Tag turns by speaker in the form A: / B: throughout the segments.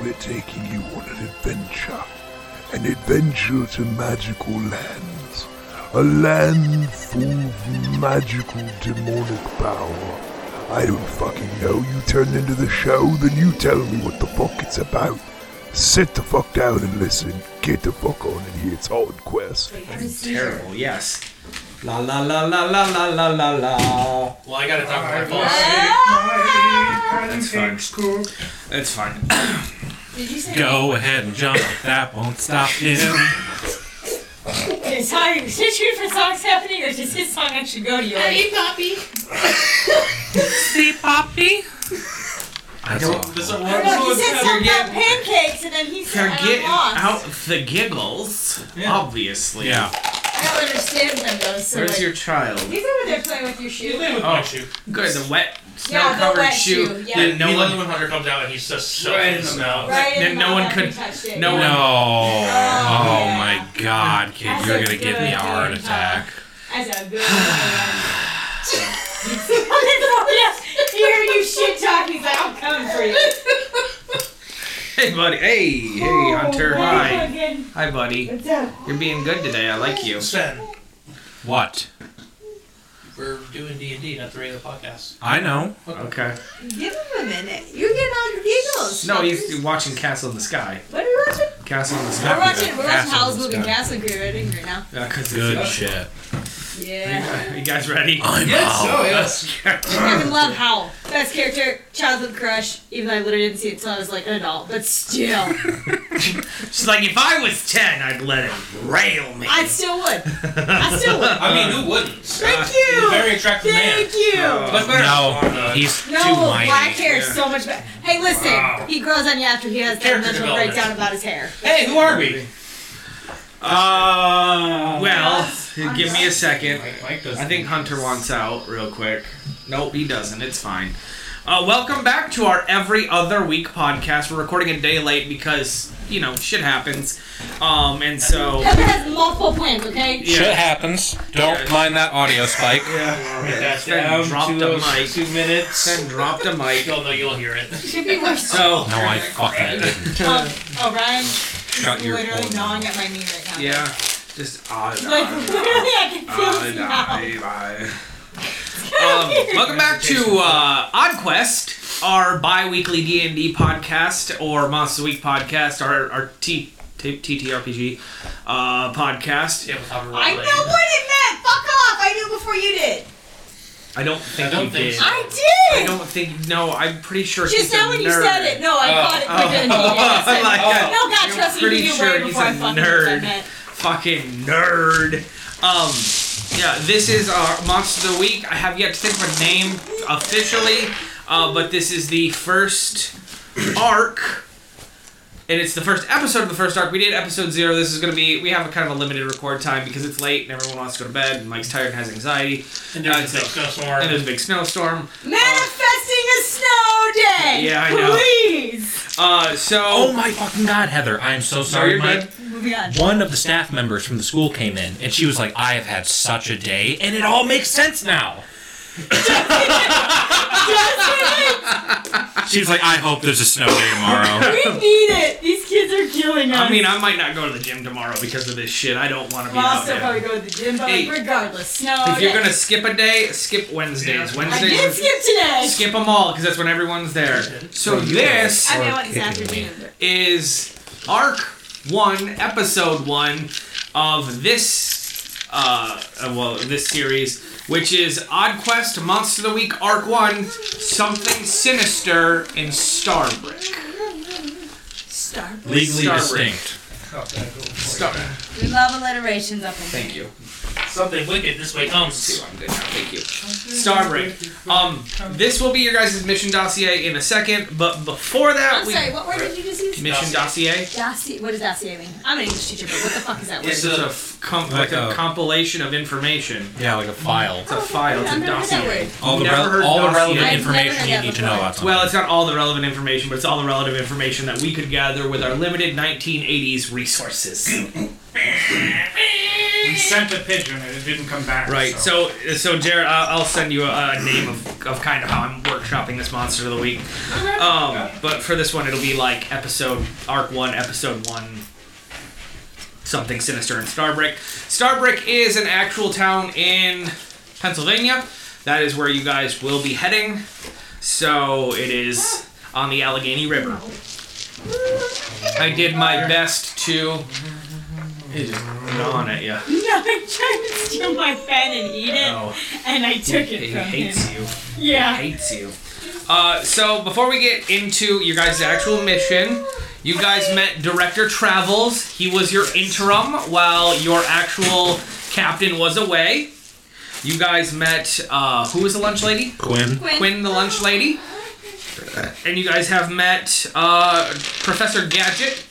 A: We're taking you on an adventure. An adventure to magical lands. A land full of magical demonic power. I don't fucking know. You turn into the show, then you tell me what the fuck it's about. Sit the fuck down and listen. Get the fuck on in here. It's Hard Quest.
B: Terrible, yes. La la la la la la la la la.
C: Well, I gotta talk to my boss.
D: That's
C: fine. It's fine.
D: Did you say
C: Go ahead and jump. That won't stop him.
E: Is song, should you for songs happening, or does his song actually go to you?
D: Hey, Poppy.
C: See, Poppy? I don't.
E: I don't know, he said something about pancakes, and then he said,
F: Forget
E: I'm lost.
F: out the giggles, obviously.
C: Yeah.
D: I don't understand them though. So
F: Where's
D: like,
F: your child?
E: He's over there playing with your shoe.
G: With
F: Oh.
G: my shoe.
F: Good, the wet,
E: Yeah, the
F: snow-covered
E: wet
F: shoe.
E: shoe, yeah.
F: That no
G: No
F: one,
G: one hunter comes out and he's just so
F: Right in the
G: snow.
E: Right
F: No-
E: in
F: no
E: my
F: one
E: mouth,
F: could-
E: he touched it.
F: no
C: No.
F: one-
C: Oh
E: yeah.
C: my god, kid,
E: That's
C: you're
E: a
C: gonna give me
E: good
C: a heart
E: idea.
C: attack.
E: That's a good one. Here you shit talk. He's like, I'm coming for you.
F: hey buddy, hey, hey Hunter,
E: Oh,
F: hi,
E: fucking-
F: hi buddy.
E: What's up?
F: You're being good today. I like you.
G: Sven,
C: What?
G: we're doing D and D, not the regular podcast.
C: I know.
F: Okay.
D: Give him a minute. You're getting on your giggles.
F: No, he's watching Castle in the Sky.
D: What are you watching?
F: Castle in the Sky.
D: We're watching. We're watching
C: Castle
D: Howl's
C: in the
D: Moving
C: Sky.
D: Castle and Great Red Ring right now.
F: Yeah, 'cause it's-
C: Good shit. Oh,
D: Yeah.
F: You guys ready?
C: I'm out.
G: yes.
D: I love Howl. Best character, childhood crush. Even though I literally didn't see it until I was like an adult, but still,
F: She's like, if I was ten, I'd let him rail me.
D: I still would. I still would.
G: I mean, who wouldn't?
D: Thank
G: He's a
D: you.
G: Uh, very attractive man.
D: Thank you.
F: Oh,
G: Much better than
C: No,
G: Sean, uh,
C: he's too
D: No, black
C: whiny.
D: hair is so much better. Hey, listen, he grows on you after he has that
G: Character
D: mental
G: development.
D: breakdown about his hair.
G: Hey, who are we?
C: Uh,
F: Well, give me a second.
G: Mike, Mike does.
F: I think Hunter wants out real quick. Nope, he doesn't. It's fine. Uh, welcome back to our every other week podcast. We're recording a day late because you know shit happens, um, and so
D: Kevin has multiple plans, okay?
F: Yeah.
C: shit happens. Don't
F: Yeah.
C: mind that audio spike.
G: Write that
F: Sven
G: down.
F: dropped
G: two,
F: a mic.
G: two minutes.
F: Sven dropped a mic.
G: You'll know. You'll hear it.
D: Should be worse.
F: So
C: No, I fucking didn't.
D: Um, oh, Ryan is
C: Shut your
D: literally
C: hole.
D: gnawing at my knee right now.
F: yeah, Oh, just odd.
D: Like, literally, I can feel his mouth.
F: um, welcome back to uh, Odd Quest, our bi-weekly D&D podcast, or Monsters Week podcast, our, our T, T, TTRPG uh, podcast.
G: Tabletop roll
D: I
G: thing.
D: know what it meant! Fuck off! I knew before you did!
F: I don't think
G: I don't
F: you
G: think
F: did.
G: so.
D: I did!
F: I don't think, no, I'm pretty sure
D: Just
F: he's a
D: now when you
F: nerd.
D: said it, no, I
G: Oh.
D: caught it quicker than you did. I said,
F: Like, uh,
D: no, God,
F: I'm
D: trust me,
F: pretty
D: you knew
F: sure
D: way
F: he's
D: before
F: a
D: I fucking knew what I
F: nerd.
D: meant.
F: fucking nerd. Um, yeah, this is our monster of the week. I have yet to think of a name officially, uh, but this is the first arc, and it's the first episode of the first arc. We did episode zero. This is gonna be. We have a kind of a limited record time because it's late and everyone wants to go to bed. And Mike's tired and has anxiety.
G: And
F: Uh, it's
G: there's a
F: like-
G: snowstorm.
F: And there's a big snowstorm.
D: Manifesting a snow day!
F: Yeah, I know.
D: Please!
F: Uh, so
C: Oh my fucking god, Heather. I am so sorry,
F: you're
C: Mike.
F: good.
D: Moving on.
C: One of the staff members from the school came in, and she was like, "I have had such a day, and it all makes sense now." She's like, "I hope there's a snow day tomorrow."
D: We need it! These kids are killing us!
F: I mean, I might not go to the gym tomorrow because of this shit. I don't want to be
D: I'll
F: out
D: still
F: there.
D: probably go to the gym, but
F: Hey.
D: like, regardless, snow
F: If you're
D: day.
F: gonna skip a day, skip Wednesdays.
D: I
F: Wednesdays,
D: did skip today!
F: skip them all because that's when everyone's there. So this
D: I mean, I went this
C: Kicking me.
D: afternoon. but-
F: is arc one, episode one of this, uh, uh, well, this series, which is Odd Quest Monster of the Week arc one, something sinister in Starbrick.
D: Star.
C: Legally
F: Starbrick.
C: distinct.
F: Star-
D: We love alliterations up in here.
F: Thank you.
G: Something wicked this way comes.
F: I'm good now. Thank you. Starbreak. Um, this will be your guys' mission dossier in a second, but before that,
D: I'm
F: we
D: sorry, what word did you just use?
F: mission dossier.
D: Dossier. What does dossier mean? I'm an English teacher, but what the fuck is that word?
F: It's
G: It's
F: just a,
G: a-
F: f- com- like
C: like
F: a,
C: a-
F: compilation of information.
C: Yeah, like a file.
F: It's a file. It's
D: I've
F: a
D: never heard that word.
F: dossier.
C: All the,
F: Never
C: rel-
F: heard
C: all the
F: dossier.
C: relevant
D: I've
C: information
D: never
C: you
D: heard
C: need
D: that
C: to know
D: before.
C: about something.
F: Well, it's not all the relevant information, but it's all the relevant information that we could gather with our limited 1980s resources.
G: We
H: sent a pigeon and it didn't come back.
F: Right. So, so Jared, I'll, I'll send you a, a name of, of kind of how I'm workshopping this monster of the week.
E: Uh-huh.
F: Um, but for this one, it'll be like episode arc one, episode one. Something sinister in Starbrick. Starbrick is an actual town in Pennsylvania. That is where you guys will be heading. So it is on the Allegheny River. I did my best to. He's just gnawing at you.
E: No, I tried to steal my pen and eat it,
F: Oh,
E: and I took it
F: he
E: from him.
F: hates you.
E: Yeah.
F: hates you. Uh, so before we get into your guys' actual mission, you guys met Director Travels. He was your interim while your actual captain was away. You guys met uh, who was the lunch lady?
C: Quinn.
F: Quinn, the lunch lady. And you guys have met uh, Professor Gadget,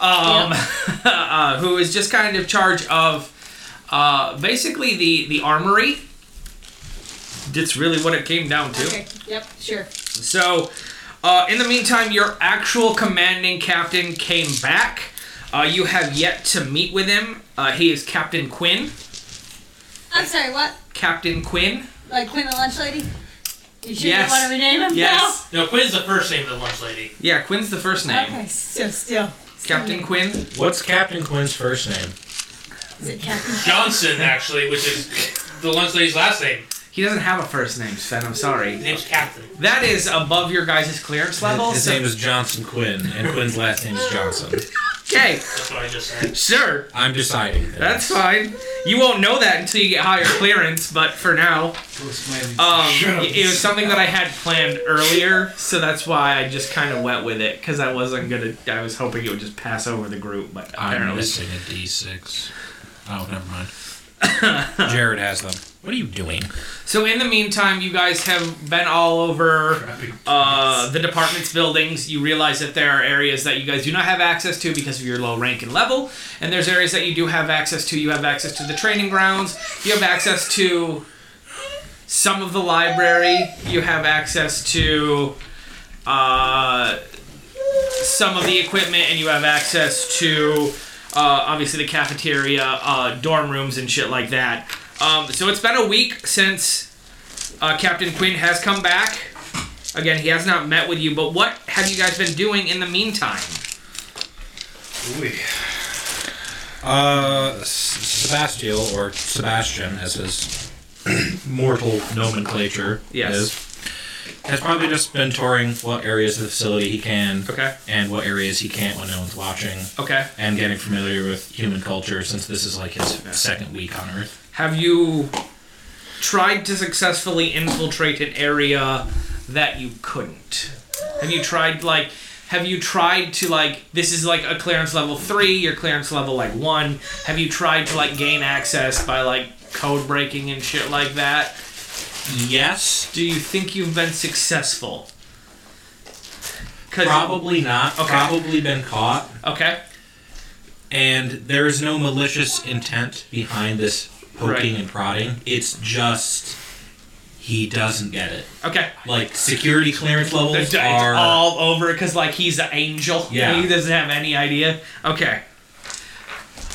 F: um, uh, who is just kind of charge of uh, basically the the armory. That's really what it came down to.
D: Okay. Yep. Sure.
F: So, uh, in the meantime, your actual commanding captain came back. Uh, you have yet to meet with him. Uh, he is Captain Quinn.
D: I'm sorry. What?
F: Captain Quinn.
D: Like Quinn the lunch lady?
E: You sure
F: Yes.
E: you want to rename him
F: Yes.
G: No, Quinn's the first name of the lunch lady.
F: Yeah, Quinn's the first
E: now?
F: name.
E: Okay, so still.
F: Captain Quinn.
C: What's Captain Quinn's first name?
E: Is it Captain?
G: Johnson, actually, which is the lunch lady's last name.
F: He doesn't have a first name, Sven. I'm sorry.
G: His name's Captain.
F: That is above your guys' clearance level.
C: His
F: so-
C: name is Johnson Quinn, and Quinn's last name is Johnson.
F: okay,
G: That's what I just said.
F: sure,
C: I'm deciding. that.
F: that's fine. You won't know that until you get higher clearance, but for now, um, it, it was something that I had planned earlier, so that's why I just kind of went with it because I wasn't gonna. I was hoping it would just pass over the group, but
C: I'm
F: apparently,
C: missing a D6. Oh, never mind. Jared has them. What are you doing?
F: So in the meantime, you guys have been all over uh, the department's buildings. You realize that there are areas that you guys do not have access to because of your low rank and level, and there's areas that you do have access to. You have access to the training grounds. You have access to some of the library. You have access to uh, some of the equipment, and you have access to uh, obviously the cafeteria, uh, dorm rooms, and shit like that. Um, so it's been a week since uh, Captain Quinn has come back. Again, he has not met with you, but what have you guys been doing in the meantime?
C: Uh, S- Sebastiel, or Sebastian, as his mortal nomenclature
F: Yes.
C: is, has probably just been touring what areas of the facility he can,
F: Okay.
C: and what areas he can't when no one's watching,
F: Okay.
C: and getting familiar with human culture since this is like his second week on Earth.
F: Have you tried to successfully infiltrate an area that you couldn't? Have you tried like have you tried to like this is like a clearance level 3, your clearance level like 1. Have you tried to like gain access by like code breaking and shit like that?
C: Yes,
F: Do you think you've been successful? 'Cause-
C: probably not.
F: Okay.
C: Probably been caught.
F: Okay.
C: and there is no malicious intent behind this poking
F: Right.
C: and prodding. It's just he doesn't get it.
F: Okay.
C: Like security clearance levels
F: It's
C: are
F: all over because like he's an angel.
C: Yeah.
F: He doesn't have any idea. Okay.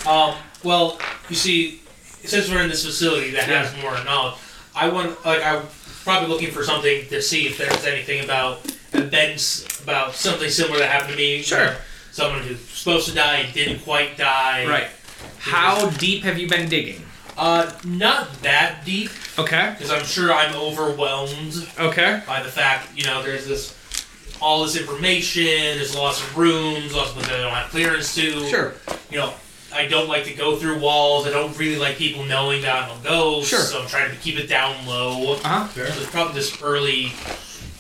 G: Um, well, you see, since we're in this facility that has more knowledge, I want like I'm probably looking for something to see if there's anything about events about something similar that happened to me.
F: Sure.
G: Someone who's supposed to die and didn't quite die.
F: Right. How deep have you been digging?
G: Uh, not that deep,
F: Okay.
G: because I'm sure I'm overwhelmed
F: Okay.
G: by the fact you know there's this all this information. There's lots of rooms, lots of things I don't have clearance to.
F: Sure.
G: you know, I don't like to go through walls. I don't really like people knowing that I'm a ghost.
F: Sure.
G: So I'm trying to keep it down low.
F: Uh huh.
G: So it's probably this early.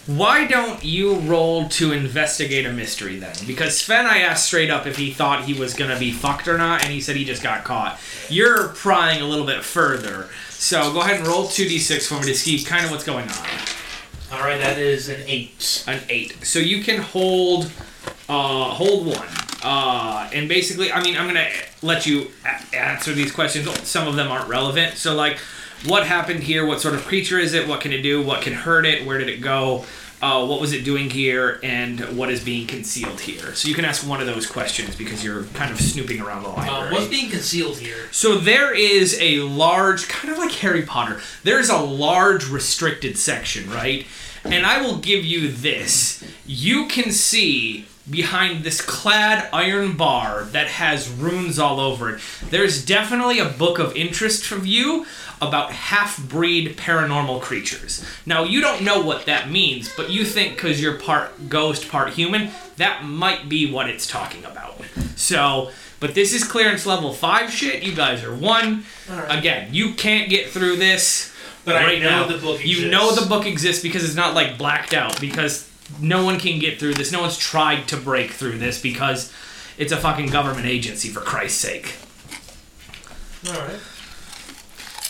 F: Why don't you roll to investigate a mystery then? Because Sven, I asked straight up if he thought he was gonna be fucked or not, and he said he just got caught. You're prying a little bit further, so go ahead and roll two d6 for me to see kind of what's going on.
G: All right, that is an eight.
F: an eight. So you can hold, uh, hold one. Uh, and basically, I mean, I'm gonna let you a- answer these questions. Some of them aren't relevant. So like, what happened here? What sort of creature is it? What can it do? What can hurt it? Where did it go? uh, what was it doing here, and what is being concealed here. So you can ask one of those questions because you're kind of snooping around the
G: Uh,
F: library.
G: what's being concealed here?
F: So there is a large, kind of like Harry Potter, there is a large restricted section, right? And I will give you this. You can see behind this clad iron bar that has runes all over it, there's definitely a book of interest for you about half breed paranormal creatures. Now, you don't know what that means, but you think because you're part ghost, part human, that might be what it's talking about. So. But this is clearance level five shit. You guys are one. Again, you can't get through this.
G: But I
F: right
G: know
F: now.
G: the book
F: You
G: exists.
F: know the book exists because it's not like blacked out because no one can get through this. No one's tried to break through this because it's a fucking government agency for Christ's sake.
G: All right.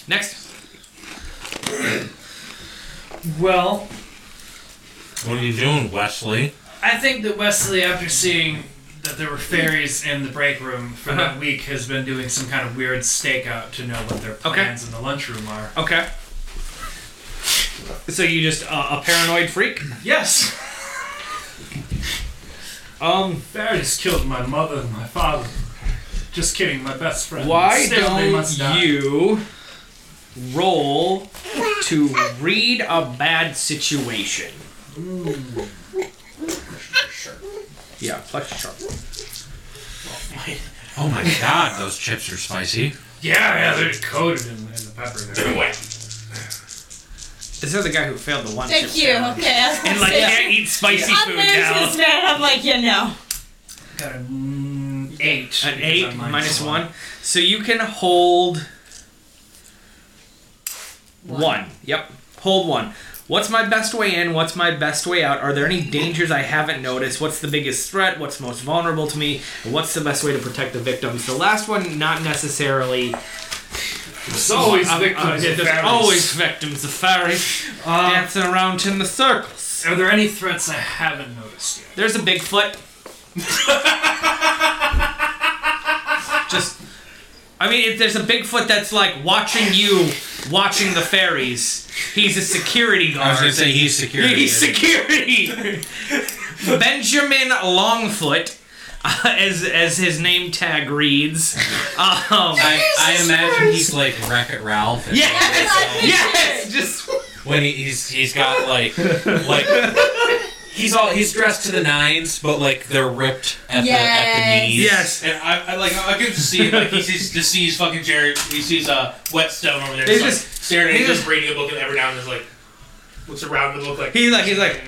F: Next.
H: Well,
C: What are you doing, Wesley?
H: I think that Wesley, after seeing that there were fairies in the break room for
F: Uh-huh.
H: that week, has been doing some kind of weird stakeout to know what their plans in the lunchroom are.
F: Okay. So you just uh, a paranoid freak?
H: Yes!
F: Um.
H: Fairies killed my mother and my father. Just kidding, my best friend.
F: Why
H: Still, they must
F: don't
H: die.
F: you roll to read a bad situation? Yeah, flex sharp.
C: Oh my god, those chips are spicy.
H: Yeah, yeah, they're coated in, in the pepper there.
F: This is the guy who failed the one.
E: Thank
F: chip
E: you.
F: challenge.
E: Okay. I was gonna
F: And like
E: say-
F: can't eat spicy
E: I'm
F: food
E: losing
F: now.
E: this man. I'm like, you know.
H: Got an eight.
F: An
H: because
F: eight
H: I'm
F: minus one, so you can hold one. Yep, hold one. What's my best way in? What's my best way out? Are there any dangers I haven't noticed? What's the biggest threat? What's most vulnerable to me? And what's the best way to protect the victims? The last one, not necessarily. Uh,
H: It's always
F: I'm- I'm-
H: victims
F: yeah,
H: of
F: there's
H: fairies.
F: always victims of fairies
H: Uh,
F: dancing around in the circles.
H: Are there any threats I haven't noticed yet?
F: There's a Bigfoot. Just, I mean, if there's a Bigfoot that's like watching you, watching the fairies. He's a security guard.
C: I was gonna say he's security.
F: He's security. Benjamin Longfoot, uh, as as his name tag reads. Um,
C: I, I imagine he's like Wreck It Ralph. and-
F: yes, yes, just
C: When he, he's he's got like like he's all he's dressed to the nines, but like they're ripped at the at
E: Yes.
C: the knees.
F: yes.
G: And I, I like I can just see like he sees just sees fucking Jerry. He sees uh Whetstone over there.
F: He's
G: Just, like,
F: just-
G: staring. at
F: he's
G: him, just
F: just-
G: reading a book, and every now and then is like looks around the book like.
F: He's like he's like.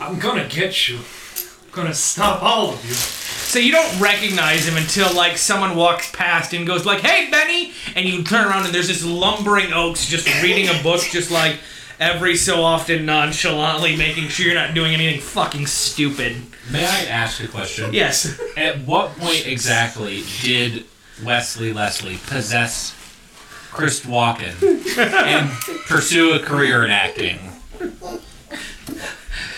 H: I'm gonna get you. I'm gonna stop all of you.
F: So you don't recognize him until like someone walks past and goes like, "Hey, Benny!" and you turn around and there's this lumbering Oaks just reading a book, just like every so often nonchalantly making sure you're not doing anything fucking stupid.
C: May I ask a question?
F: Yes.
C: At what point exactly did Wesley Leslie possess Chris Walken and pursue a career in acting?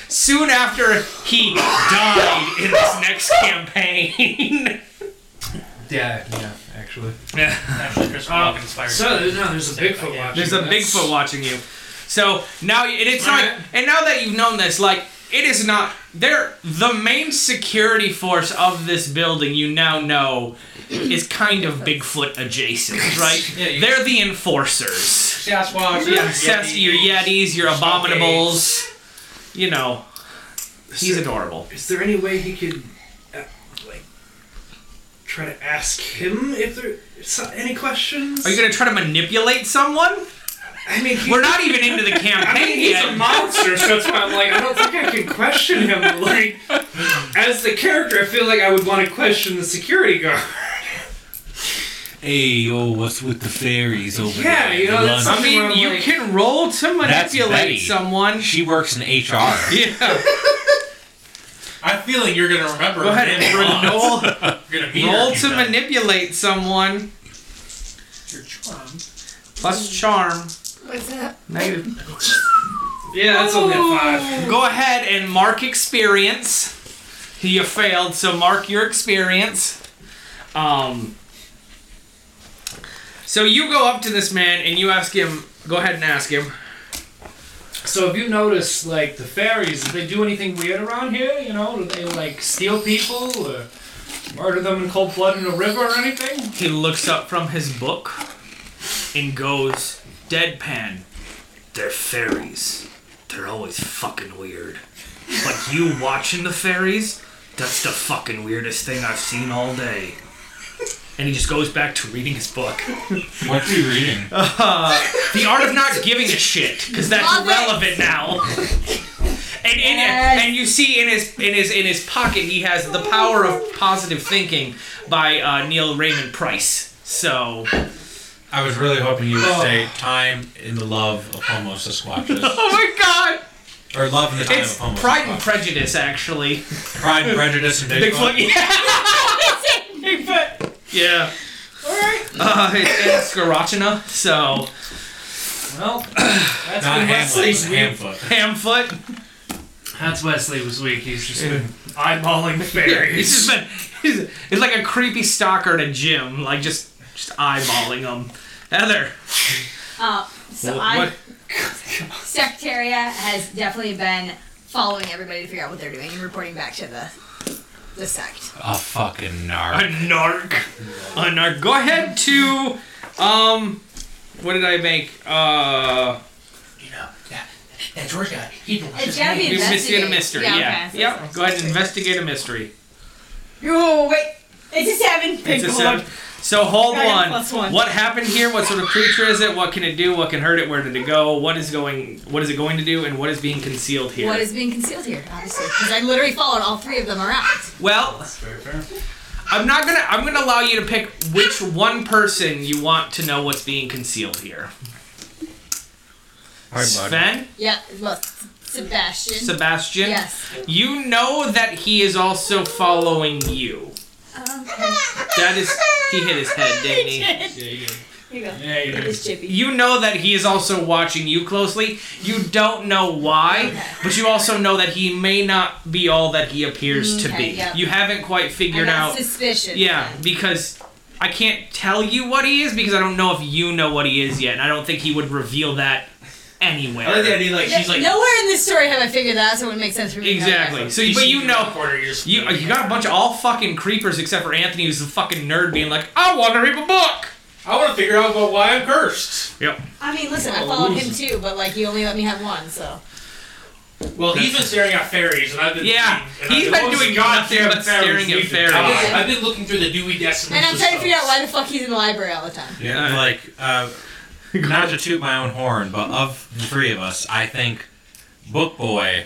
F: Soon after he died in this next campaign.
H: Yeah, yeah, actually.
G: Actually, Chris Rock inspired.
H: So there's, no, there's a Bigfoot watching.
F: There's a
H: That's-
F: Bigfoot watching you. So now, and it's
H: All
F: like,
H: right.
F: and now that you've known this, like, it is not. They're the main security force of this building. You now know is kind of Bigfoot adjacent, right?
G: Yeah, you-
F: they're the enforcers.
G: Sasquatch.
F: Yeah, Seth, your Yetis, your abominables. You know, he's adorable.
H: Is there any way he could, uh, like, try to ask him if there is any questions?
F: Are you gonna try to manipulate someone?
H: I mean, he,
F: We're not even into the campaign
H: he's
F: yet.
H: a monster, so that's why I'm like, I don't think I can question him. but, Like, as the character, I feel like I would want to question the security guard.
C: Hey, yo, what's with the fairies over
H: Yeah,
C: there?
H: you know,
C: The
H: that's
C: lunch-
F: I mean, you
H: Like-
F: can roll to
C: Betty.
F: manipulate someone.
C: She works in HR.
F: Yeah.
G: I feel like you're gonna remember.
F: Go ahead,
G: him a lot.
F: roll.
G: You're gonna meet
F: Roll
G: her,
F: to
G: you know.
F: manipulate someone.
H: Your charm.
F: Plus charm.
E: What's that?
F: Negative.
H: Yeah, that's only a five.
F: Go ahead and mark experience. You failed, so mark your experience. Um. So you go up to this man and you ask him. Go ahead and ask him.
H: So if you notice, like the fairies, if they do anything weird around here, you know, do they like steal people or murder them in cold blood in a river or anything?
F: He looks up from his book and goes, Deadpan, they're fairies. They're always fucking weird. Like you watching the fairies, that's the fucking weirdest thing I've seen all day. And he just goes back to reading his book.
C: What's he reading?
F: The art of not giving a shit, because that's
D: Love it.
F: relevant now. And, in
D: Yes.
F: and you see in his in his in his pocket he has the power of positive thinking by uh, Neil Raymond Price. So
C: I was really hoping you would say time in the love of homo sasquatches.
F: Oh my god!
C: or love in the time
F: It's
C: of homo
F: Pride and
C: sasquatches.
F: Prejudice, actually.
C: Pride and Prejudice and Bigfoot.
F: Bigfoot, yeah. Yeah. Uh, it's, it's Sriracha, so
H: Well, that's
C: Not Hamlet,
H: been Wesley's
C: it's
H: week.
C: Hamfoot.
F: Hamfoot.
H: That's Wesley was weak. He's just been eyeballing the fairies.
F: He's just been. He's, he's like a creepy stalker at a gym, like just just eyeballing them. Heather,
D: Uh, so
F: Well,
D: I,
F: what-
D: Secretaria has definitely been following everybody to figure out what they're doing and reporting back to the the sect.
F: Oh,
C: A fucking
F: a
C: narc.
F: narc, a narc. Go ahead to, um, what did I make? Uh,
G: You know, that, that George guy, he can watch
D: It's
G: this
D: gotta
G: movie.
D: be-
F: we investigate a mystery.
D: Investigate. Yeah,
F: Yeah,
D: okay.
F: yep. Go ahead and investigate a mystery.
D: Oh wait, it's a seven. Thank
F: It's a
D: God.
F: seven. So hold
D: I got a
F: on.
D: plus one.
F: What happened here? What sort of creature is it? What can it do? What can hurt it? Where did it go? What is going? What is it going to do? And what is being concealed here?
D: What is being concealed here, obviously, because I literally followed all three of them around.
F: well,
H: Very fair.
F: I'm not gonna. I'm gonna allow you to pick which one person you want to know what's being concealed here. Sven,
D: Yeah, well, S- Sebastian.
F: Sebastian.
D: Yes.
F: You know that he is also following you. That is. He hit his head, didn't he?
G: Yeah, you know.
H: Yeah, you did.
D: It's Chippy.
F: You know that he is also watching you closely. You don't know why, but you also know that he may not be all that he appears to
D: Okay,
F: be.
D: yep.
F: You haven't quite
D: I'm
F: figured
D: not
F: out.
D: suspicious.
F: Yeah, because I can't tell you what he is because I don't know if you know what he is yet, and I don't think he would reveal that anywhere.
G: I like the idea, like,
D: No-
G: she's like,
D: Nowhere in this story have I figured that, out, so it would make sense for me. to know that.
F: Exactly. So, but you know.
G: Corner, you're just,
F: You, you got a bunch of all fucking creepers except for Anthony, who's a fucking nerd, being like, "I want to read a book."
G: I want to figure out about why I'm cursed.
D: I mean, listen, I followed him too, but like, you only let me have one, so.
G: Well, he's been staring at fairies, and I've been.
F: Yeah,
G: and I've
F: he's been
G: "Oh,
F: doing
G: God,
F: nothing
G: damn
F: but staring
G: fairies
F: at
G: need to
F: fairies."
G: die." I've been looking through the Dewey Decimal
D: And I'm trying to
G: System.
D: figure out why the fuck he's in the library all the time.
C: Yeah, like, uh, not to toot my own horn, but of the three of us, I think Book Boy,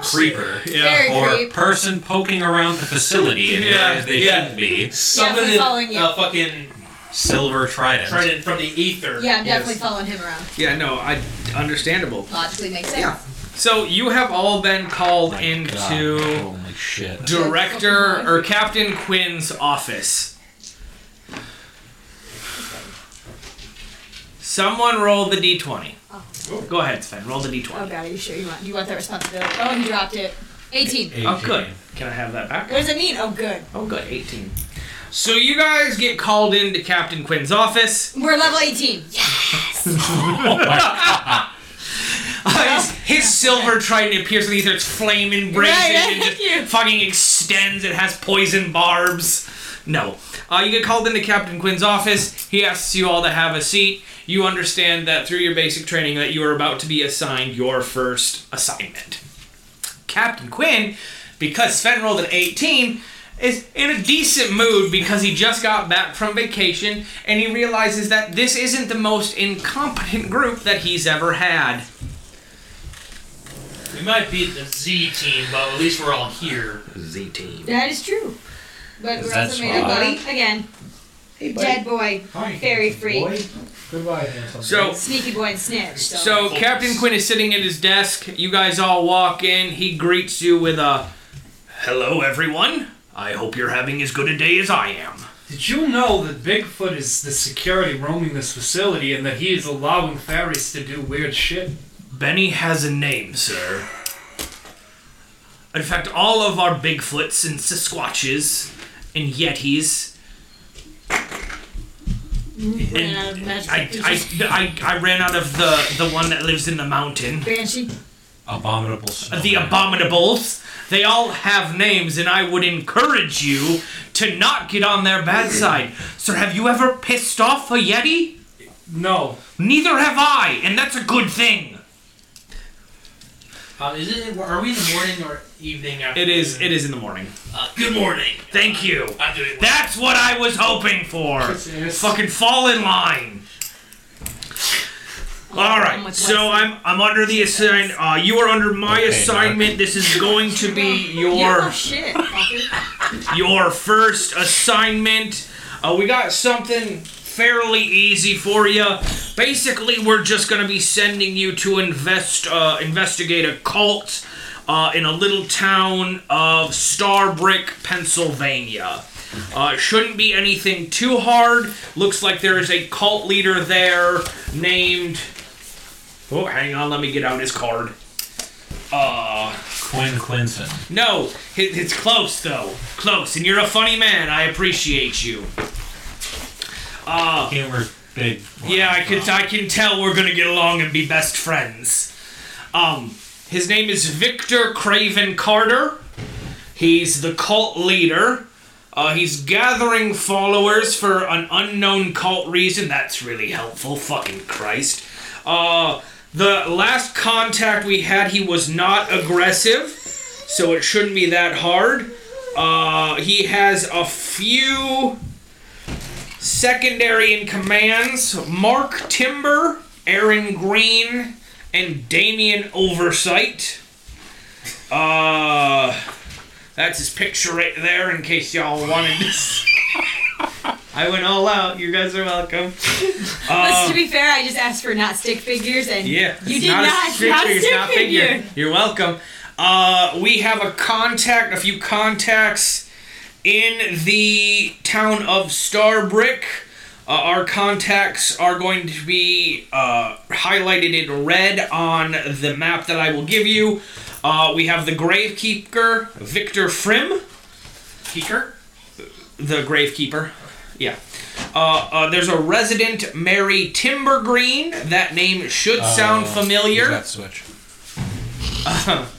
C: Creeper,
D: Very
C: or
D: creep.
C: person poking around the facility in
F: Yeah,
C: areas they
F: yeah.
C: shouldn't be,
G: Something
D: Yeah, following
G: in
D: you.
F: uh,
G: a fucking
C: Silver Trident.
G: trident from the ether.
D: Yeah, I'm definitely following him around.
F: Yeah, no, I understandable.
D: Logically makes sense.
F: Yeah. So you have all been called
C: My
F: into
C: God, holy shit.
F: director or Captain Quinn's office. Someone roll the d20. Go ahead, Sven. Roll the d20.
D: Oh god, are you sure you want? Do you want that responsibility? Oh, he dropped it. 18.
F: Oh, good. Can I have that back?
D: What does it mean? Oh, good.
F: Oh, good. 18. So you guys get called into Captain Quinn's office.
D: We're level 18. Yeah.
F: his, his silver trident appears in the ether. It's flaming, brazen,
D: Right,
F: and
D: thank
F: just fucking extends. It has poison barbs. No. Uh, you get called into Captain Quinn's office. He asks you all to have a seat. You understand that through your basic training that you are about to be assigned your first assignment. Captain Quinn, because Sven rolled an 18, is in a decent mood because he just got back from vacation and he realizes that this isn't the most incompetent group that he's ever had.
G: We might be the Z team, but at least we're all here.
F: Z team.
D: That is true. But we're
C: That's
D: also made up
C: right.
D: of, again, dead boy, fairy freak,
F: So,
D: sneaky boy, and snitch. So,
F: so Captain Quinn is sitting at his desk. You guys all walk in. He greets you with a, "Hello, everyone. I hope you're having as good a day as I am."
H: Did you know that Bigfoot is the security roaming this facility and that he is allowing fairies to do weird shit?
F: Benny has a name, sir. In fact, all of our Bigfoots and Sasquatches and Yetis
E: Ran out
D: uh,
E: of magic.
F: I, I, I, I ran out of the, the one that lives in the mountain.
D: Banshee.
C: Abominable snow.
F: The Abominables. They all have names, and I would encourage you to not get on their bad side. Sir, have you ever pissed off a Yeti?
H: No.
F: Neither have I, and that's a good thing.
G: Uh, is it? Are we in the morning or evening? After
F: It is. It is in the morning.
G: Uh, good morning.
F: Thank you.
G: I'm doing. well.
F: That's what I was hoping for.
H: Yes.
F: Fucking fall in line. All right. So I'm I'm under the assign. Uh, you are under my
C: Okay,
F: assignment. This is going to be Um,
D: Oh
F: your
D: shit.
F: your first assignment. Uh, we got something fairly easy for you. Basically, we're just going to be sending you to invest uh, investigate a cult uh, in a little town of Starbrick, Pennsylvania. Uh, it shouldn't be anything too hard. Looks like there is a cult leader there named. Oh, hang on, let me get out his card. Uh,
C: Quinn Quinson.
F: no, it, it's close though. Close, and you're a funny man. I appreciate you. Uh,
C: Humor big.
F: yeah, I can I can tell we're gonna get along and be best friends. Um, his name is Victor Craven Carter. He's the cult leader. Uh, he's gathering followers for an unknown cult reason. That's really helpful. Fucking Christ. Uh, the last contact we had, he was not aggressive, so it shouldn't be that hard. Uh, he has a few secondary in commands Mark Timber, Aaron Green, and Damien Oversight. Uh, that's his picture right there in case y'all wanted to see. I went all out. You guys are welcome.
D: Let's-
F: Uh,
D: to be fair, I just asked for not stick figures and
F: yeah,
D: You
F: it's
D: did not-
F: stick
D: not a
F: figure, it's
D: stick
F: not figure.
D: figure.
F: You're welcome. Uh, we have a contact, a few contacts in the town of Starbrick. Uh, our contacts are going to be uh, highlighted in red on the map that I will give you. Uh, we have the gravekeeper, Victor Frim. Keeper? The gravekeeper. Yeah. Uh, uh, there's a resident, Mary Timbergreen. That name should sound familiar.
C: Oh, That switch.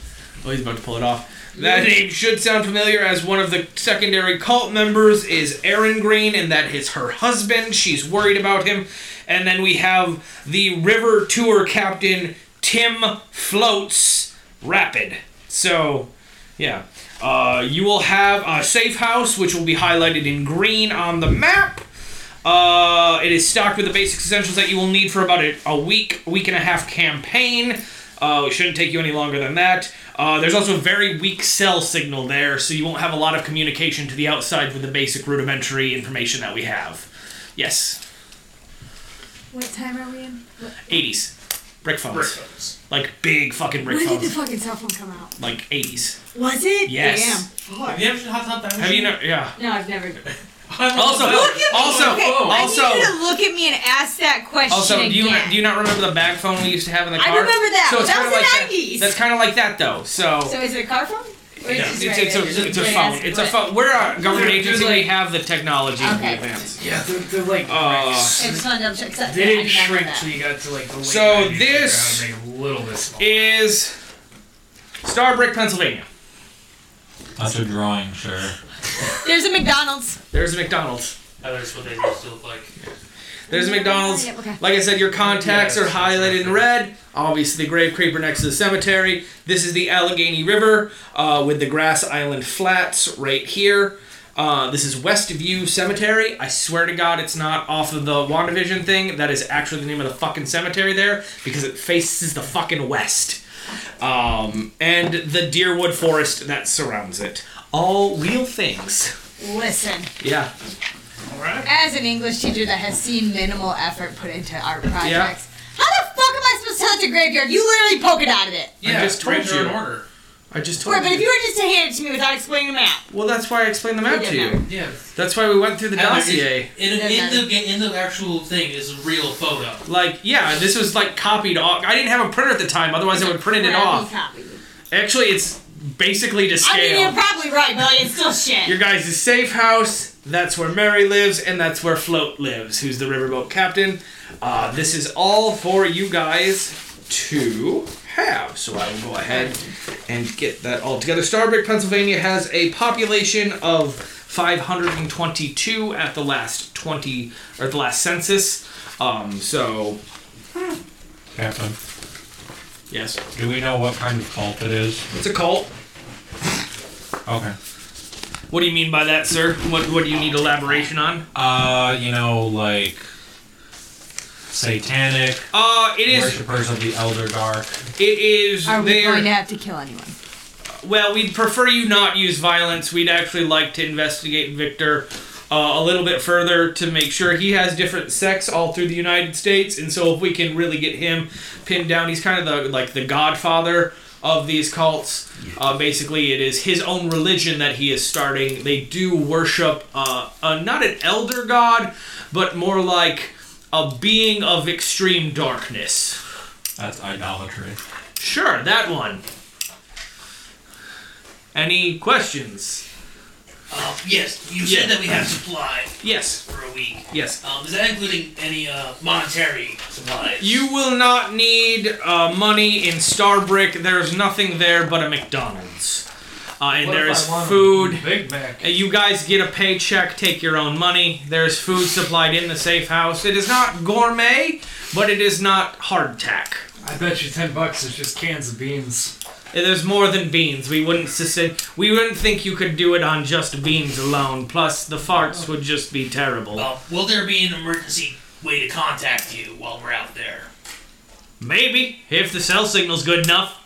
F: Oh, he's about to pull it off. That name should sound familiar as one of the secondary cult members is Aaron Green, and that is her husband. She's worried about him. And then we have the river tour captain, Tim Floats Rapid. So, yeah. Uh, you will have a safe house, which will be highlighted in green on the map. Uh, it is stocked with the basic essentials that you will need for about a, a week, week and a half campaign. Uh, it shouldn't take you any longer than that. Uh, there's also a very weak cell signal there, so you won't have a lot of communication to the outside with the basic rudimentary information that we have. Yes,
D: What time are we in?
F: 80s. Brick phones.
G: Brick phones.
F: Like big fucking brick
D: when did the
F: phones.
D: fucking cell phone come out?
F: like 80s.
D: Was it?
F: Yes.
G: Have you ever hot top that
F: Have you know? Yeah.
D: Damn. No, I've never.
F: Also,
D: Look at me.
F: also,
D: okay,
F: also,
D: I need you to look at me and ask that question
F: Also, Oh, do you
D: again.
F: do you not remember the bag phone we used to have in the
D: I
F: car?
D: remember that.
F: So it's
D: That
F: kind of
D: was
F: like
D: the
F: that.
D: 90s.
F: That's kind of like that though. So,
D: so is it a car phone? Or is
F: yeah.
D: it
F: it's,
D: just
F: it's
D: regular?
F: a it's a
D: Just
F: phone.
D: regular
F: It's a
D: ass
F: phone. We're a government
H: They're
F: agency.
H: like-
F: We have the technology to
D: Okay.
F: advance.
H: Yeah, they're, they're like
F: Uh,
H: bricks.
D: I just wanted to double check, 'cause I-
H: They didn't
D: I did not know
H: shrink
D: that.
H: till you got to like the late
F: So
H: 90s,
F: this
H: around, they were a little bit small.
F: Is Starbrick, Pennsylvania.
C: That's a drawing, sure.
D: There's a McDonald's.
F: There's a McDonald's.
G: That's what they used to look like.
F: There's a McDonald's.
D: Yeah, okay.
F: Like I said, your contacts
G: Yes.
F: are highlighted in red. Obviously, the grave creeper next to the cemetery. This is the Allegheny River uh, with the Grass Island Flats right here. Uh, this is Westview Cemetery. I swear to God, it's not off of the WandaVision thing. That is actually the name of the fucking cemetery there because it faces the fucking west. Um, and the Deerwood Forest that surrounds it. All real things.
D: Listen,
F: Yeah.
D: as an English teacher that has seen minimal effort put into art projects,
F: Yeah.
D: how the fuck am I supposed to tell it's a graveyard? You literally poke it out of it.
F: Yeah, I just told
G: Grades are
F: you.
G: in order.
F: I just told
D: Right, but if
F: you.
D: you were just to hand it to me without explaining the map,
F: Well, that's why I explained the map to
D: It didn't
F: you.
G: Yeah.
F: That's why we went through the
G: Heather, it's-
F: dossier.
G: In,
D: Yeah,
G: in,
D: that-
G: the, ga- in the actual thing is a real photo.
F: Like, yeah, this was like copied off. I didn't have a printer at the time, otherwise I would print it
D: crappy
F: off.
D: copy.
F: Actually, it's basically to
D: I mean, you're
F: scale.
D: probably right, but like, it's still shit.
F: Your guys' safe house, That's where Mary lives, and that's where Float lives, who's the riverboat captain. Uh, this is all for you guys to have. So I will go ahead and get that all together. Starbrick, Pennsylvania has a population of 522 at the last 20 or the last census. Um, so
C: Captain,
F: yes,
C: do we know what kind of cult it is?
F: it's a cult.
C: Okay.
F: What do you mean by that, sir? What what do you need elaboration on?
C: Uh, you know, like satanic
F: Uh, it is
C: worshippers of the elder dark.
F: it is
D: Are we
F: they
D: going
F: are
D: to have to kill anyone?
F: Well, we'd prefer you not use violence. We'd actually like to investigate Victor uh, a little bit further to make sure he has different sects all through the United States. And so, if we can really get him pinned down, he's kind of the like the godfather of these cults. Uh, basically, it is his own religion that he is starting. They do worship uh, uh, not an elder god, but more like a being of extreme darkness.
C: That's idolatry.
F: Sure, that one. Any questions?
I: Uh, yes, you
F: Yeah.
I: said that we have supply
F: Yes,
I: for a week.
F: yes.
I: Um, is that including any uh, monetary supplies?
F: You will not need uh, money in Starbrick. There's nothing there but a McDonald's. Uh, and
H: What
F: there
H: if
F: is
H: I want a
F: food.
H: Big Mac.
F: Uh, You guys get a paycheck, take your own money. There's food supplied in the safe house. It is not gourmet, but it is not hardtack.
H: I bet you ten bucks is just cans of beans.
F: Uh, There's more than beans. We wouldn't sustain, we wouldn't think you could do it on just beans alone. Plus, the farts would just be terrible.
I: Well, will there be an emergency way to contact you while we're out there?
F: Maybe if the cell signal's good enough.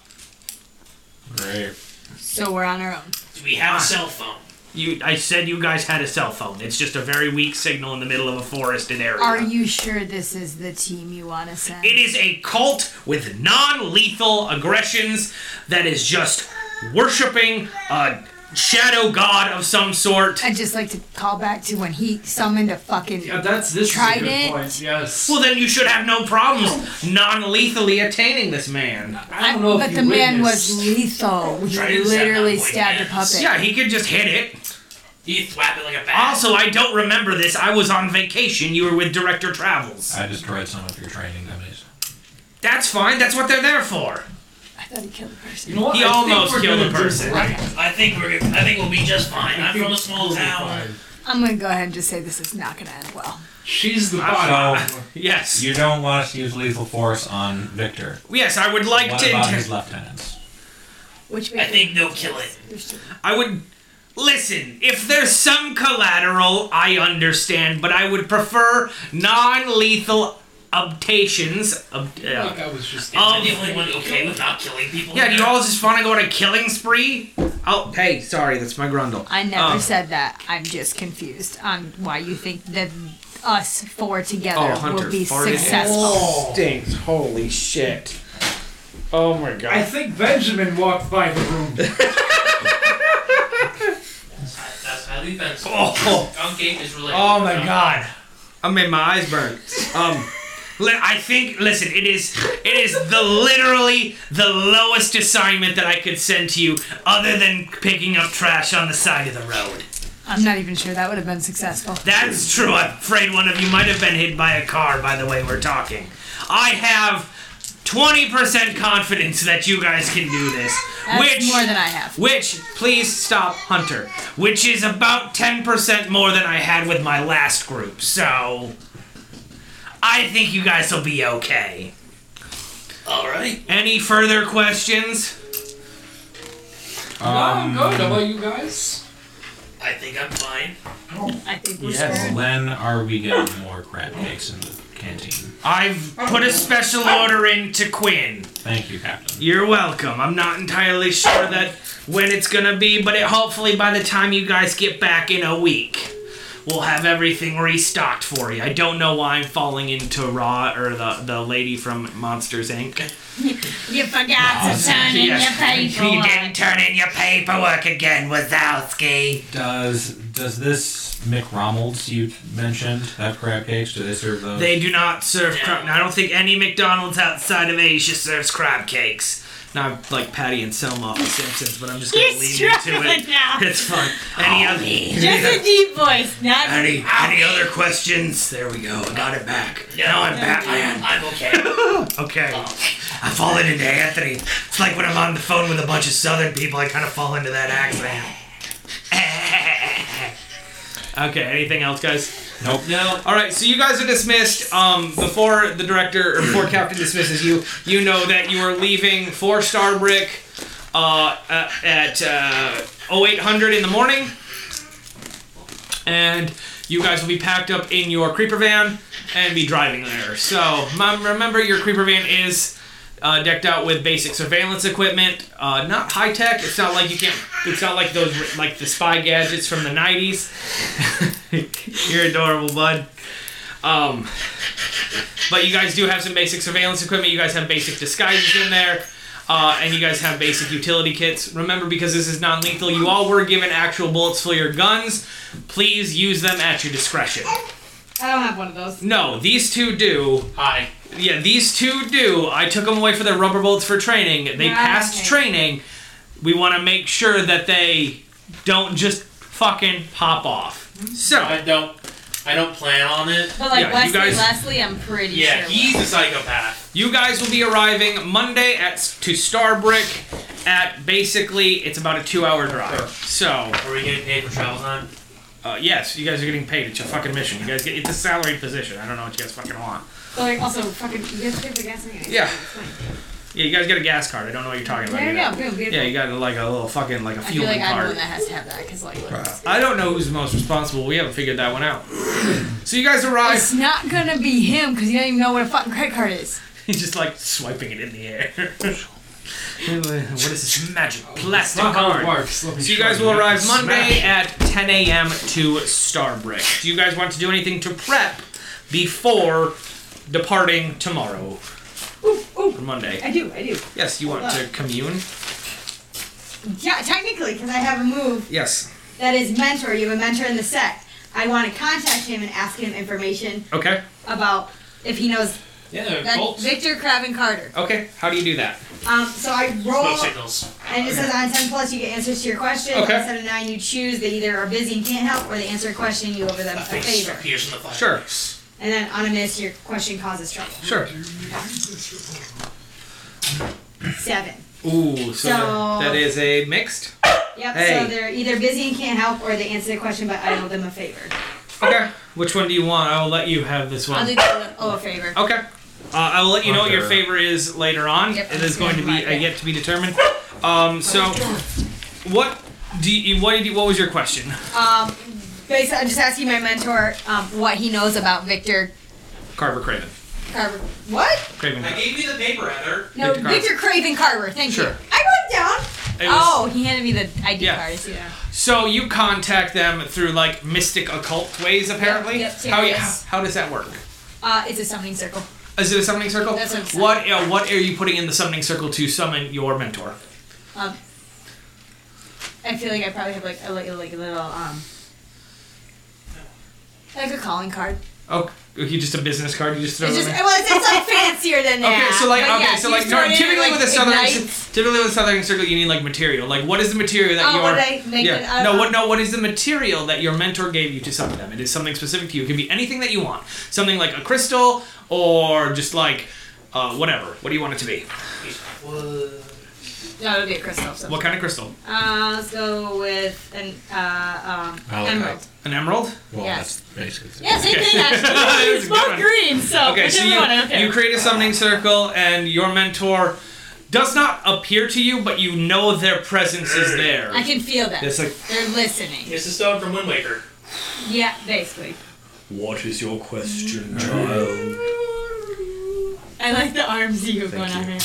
C: Great.
D: So we're on our own.
I: Do we have a
F: Ah.
I: cell phone?
F: You, I said you guys had a cell phone. It's just a very weak signal in the middle of a forested area.
D: Are you sure this is the team you want to send?
F: It is a cult with non-lethal aggressions that is just worshiping a shadow god of some sort.
D: I'd just like to call back to when he summoned a fucking.
H: Yeah, that's this is a good
D: Trident.
H: point. Yes.
F: Well, then you should have no problems non-lethally attaining this man.
H: I don't know
D: but
H: if
D: the
H: you
D: man
H: witnessed.
D: was lethal. We
I: Trident's
D: literally
I: have not
D: stabbed a
I: white
D: puppet.
F: Yeah, he could just hit it.
I: You thwap it like a bat.
F: Also, I don't remember this. I was on vacation. You were with Director Travels.
C: I destroyed some of your training dummies.
F: That's fine. That's what they're there for.
D: I thought he killed the person.
H: You know what?
F: He
H: I think
F: almost
H: we're
F: killed
H: gonna
F: a
H: do
F: person.
H: Right.
F: Ah.
I: I think we're. Gonna, I think we'll be just fine. I'm from a small
H: Totally
I: town.
H: fine.
D: I'm gonna go ahead and just say this is not gonna end well.
H: She's the
C: So,
H: body.
F: Yes.
C: you don't want us to use lethal force on Victor.
F: Yes, I would like
C: What
F: to.
C: about his lieutenants?
D: Which
I: I think no killing.
F: I would listen. If there's some collateral, I understand, but I would prefer non-lethal obtations. Ob-
H: Like
F: uh,
H: I was just.
I: Am I the only one okay with not killing people?
F: yeah, do you all just want to go on a killing spree? Oh, hey, sorry, that's my grundle.
D: I never
F: Um,
D: said that. I'm just confused on why you think that us four together
F: Oh, Hunter
D: will be
F: farted.
D: successful.
F: Stinks! Holy shit! Oh my
H: I
F: god!
H: think Benjamin walked by the room.
G: That's highly offensive.
F: Oh.
G: Drunk game is related.
F: Oh my god. I made my eyes burn. Um li- I think listen, it is it is the literally the lowest assignment that I could send to you other than picking up trash on the side of the road.
D: I'm not even sure that would have been successful.
F: That's true. I'm afraid one of you might have been hit by a car by the way we're talking. I have 20% confidence that you guys can do this.
D: That's
F: which
D: more than I have.
F: which, please stop, Hunter. Which is about 10% more than I had with my last group, so. I think you guys will be okay.
I: All right.
F: Any further questions? Um,
H: I'm good. How about you guys?
I: I think I'm fine.
D: I think we're screwed.
C: When are we getting more crab cakes in the canteen?
F: I've put a special order in to Quinn.
C: Thank you, Captain.
F: You're welcome. I'm not entirely sure that when it's gonna be, but it hopefully by the time you guys get back in a week, we'll have everything restocked for you. I don't know why I'm falling into Raw or the, the lady from Monsters Inc.
D: You forgot to turn
F: in Yes.
D: your
F: turn in your paperwork again, Wazowski.
C: Does does this McRonald's you mentioned have crab cakes? Do they serve those?
F: They do not serve crab. I don't think any McDonald's outside of Asia serves crab cakes. Now, like Patty and Selma off The Simpsons, but I'm just gonna lean into it.
E: now.
F: It's fun. Any other,
E: Just a deep voice, not
B: Any any other questions? There we go. I got it back. Now I'm Batman.
I: I'm okay.
B: Okay. I fall into Anthony. It's like when I'm on the phone with a bunch of Southern people. I kind of fall into that accent.
F: Okay, anything else, guys? Nope. No. All right, so you guys are dismissed. Um, before the director or before Captain dismisses you, you know that you are leaving for Starbrick uh, uh, at uh, 0800 in the morning, and you guys will be packed up in your creeper van and be driving there. So mem- remember, your creeper van is. Uh, decked out with basic surveillance equipment, uh, not high tech. It's not like you can't. It's not like those like the spy gadgets from the '90s. You're adorable, bud. Um, but you guys do have some basic surveillance equipment. You guys have basic disguises in there. Uh, and you guys have basic utility kits. Remember, because this is non lethal, you all were given actual bullets for your guns. Please use them at your discretion.
D: I don't have one of those.
F: No, these two do.
G: Hi.
F: Yeah, these two do. I took them away for their rubber bullets for training. They
D: Ah,
F: passed
D: okay.
F: training. We want to make sure that they don't just fucking pop off. So.
G: I don't. I don't plan on it.
D: But like
F: Yeah, you
D: Wesley
F: guys-
D: Leslie, I'm pretty
G: Yeah,
D: sure.
G: he's a psychopath.
F: You guys will be arriving Monday at to Starbrick at basically it's about a two-hour drive. So
G: Are we getting paid for travel time?
F: uh, yes, you guys are getting paid. It's your fucking mission. You guys get it's a salaried position. I don't know what you guys fucking want.
D: But like also fucking you guys pay for gas anyway.
F: Yeah. Yeah, you guys get a gas card. I don't know what you're talking about.
D: There
F: You
D: you
F: got-
D: go. Boom, beautiful.
F: Yeah, you got like a little fucking like a
D: I feel
F: fueling
D: like I'm the
F: card.
D: one that has to have that because like look,
F: I don't know who's most responsible. We haven't figured that one out. So you guys arrive.
D: it's not gonna be him because you don't even know what a fucking credit card is.
F: He's just like swiping it in the air. what is this magic plastic
H: Not how
F: card?
H: it works. Let me
F: So you
H: show
F: guys will
H: Have to
F: arrive Monday
H: smash.
F: at 10 a.m. to Starbrick. Do you guys want to do anything to prep before departing tomorrow? Or Monday.
D: I do, I do.
F: Yes, you want to commune?
D: Yeah, technically, because I have a move
F: Yes.
D: that is mentor. You have a mentor in the sect. I want to contact him and ask him information
F: Okay.
D: about if he knows
G: Yeah, they're
D: that
G: cults.
D: Victor Craven Carter.
F: Okay. How do you do that?
D: Um, so I roll,
G: Smoke signals.
D: and it says on 10 plus you get answers to your questions.
F: Okay.
D: On 7 and 9 you choose. They either are busy and can't help, or they answer a question you owe them a
G: Face
D: favor.
G: appears in the fire.
F: Sure.
D: And then on a miss, your question causes trouble.
F: Sure.
D: Seven.
F: Ooh, so,
D: So-
F: that is a mixed.
D: Yep.
F: Hey.
D: So they're either busy and can't help, or they answer the question, but I owe them a favor.
F: Okay. Which one do you want? I will let you have this
D: I'll
F: one.
D: do the owe a favor.
F: Okay. Uh, I will let you know what your
C: Okay.
F: favor is later on.
D: Yep,
F: it
D: I'm
F: is
D: just
F: going to
D: gonna
F: be
D: write
F: uh,
D: it. Oh
F: yet to be determined. Um, so, what do you, what did you, what was your question?
D: Um, basically, I'm just asking my mentor um, what he knows about Victor
F: Carver Craven.
D: Carver. What?
F: Craven. Carver.
G: gave you the paper, Heather.
D: No,
F: Victor
D: Victor,
F: Carver.
D: Craven Carver. Thank you.
F: Sure.
D: I wrote it down.
F: It was-
D: oh, he handed me the ID
F: Yeah.
D: card. I see that.
F: So you contact them through like mystic occult ways, apparently.
D: Yep, yep,
F: how, you- how
D: yes.
F: how does that work?
D: Uh, it's a summoning circle.
F: Is it a summoning circle?
D: That's what I'm saying.
F: what uh, what are you putting in the summoning circle to summon your mentor?
D: Um, I feel like I probably have like a, like, a- like a little um, like a calling card.
F: Oh, you just a business card. You just throw
D: It's just
F: them in?
D: well, it's, it's like fancier than that.
F: Okay, so like
D: But
F: okay,
D: yeah,
F: so
D: you
F: like
D: just throw
F: no,
D: it in,
F: typically
D: like,
F: with a southern
D: ignites.
F: typically with a southern circle you need like material. Like what is the material that
D: Oh,
F: your
D: what did I make it
F: yeah.
D: out
F: no
D: of?
F: what no what is the material that your mentor gave you to summon them? It is something specific to you. It can be anything that you want. Something like a crystal or just like uh, whatever. What do you want it to be?
D: No, it'll be a crystal. So.
F: What kind of crystal?
D: Uh, let's go with an uh, um,
C: Malachite.
D: emerald.
F: An emerald.
C: Well,
D: Yes.
C: that's basically.
E: Yeah, same thing actually.
F: That's a
E: It's
F: good
E: both
F: one.
E: green, so
F: Okay, so
E: whichever
F: you,
E: one, I don't care.
F: you create a summoning circle, and your mentor does not appear to you, but you know their presence is there.
D: I can feel that.
F: It's like,
D: They're listening.
G: It's the stone from Wind Waker.
D: Yeah, basically.
B: What is your question, child?
D: I like the arms you have going on here.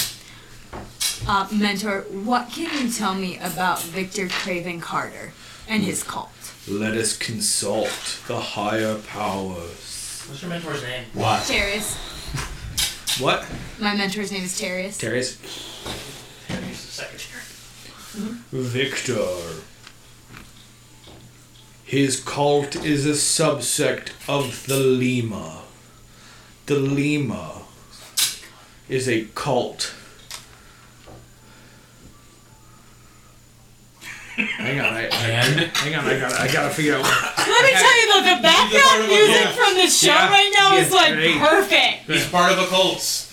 D: Uh, mentor, what can you tell me about Victor Craven Carter and his cult?
B: Let us consult the higher powers.
G: What's your mentor's name?
C: What?
D: Terrius.
F: what?
D: My mentor's name is Terrius.
F: Darius?
G: He's the secretary.
B: Victor. His cult is a subsect of the Lima. The Lima is a cult
F: Hang on, I,
C: And
F: hang on, I gotta, I gotta figure out. What,
J: Let me tell you though, the background music from this show
G: Yeah.
J: right now
G: Yeah,
J: is like
F: great.
J: perfect.
G: He's part of a cult.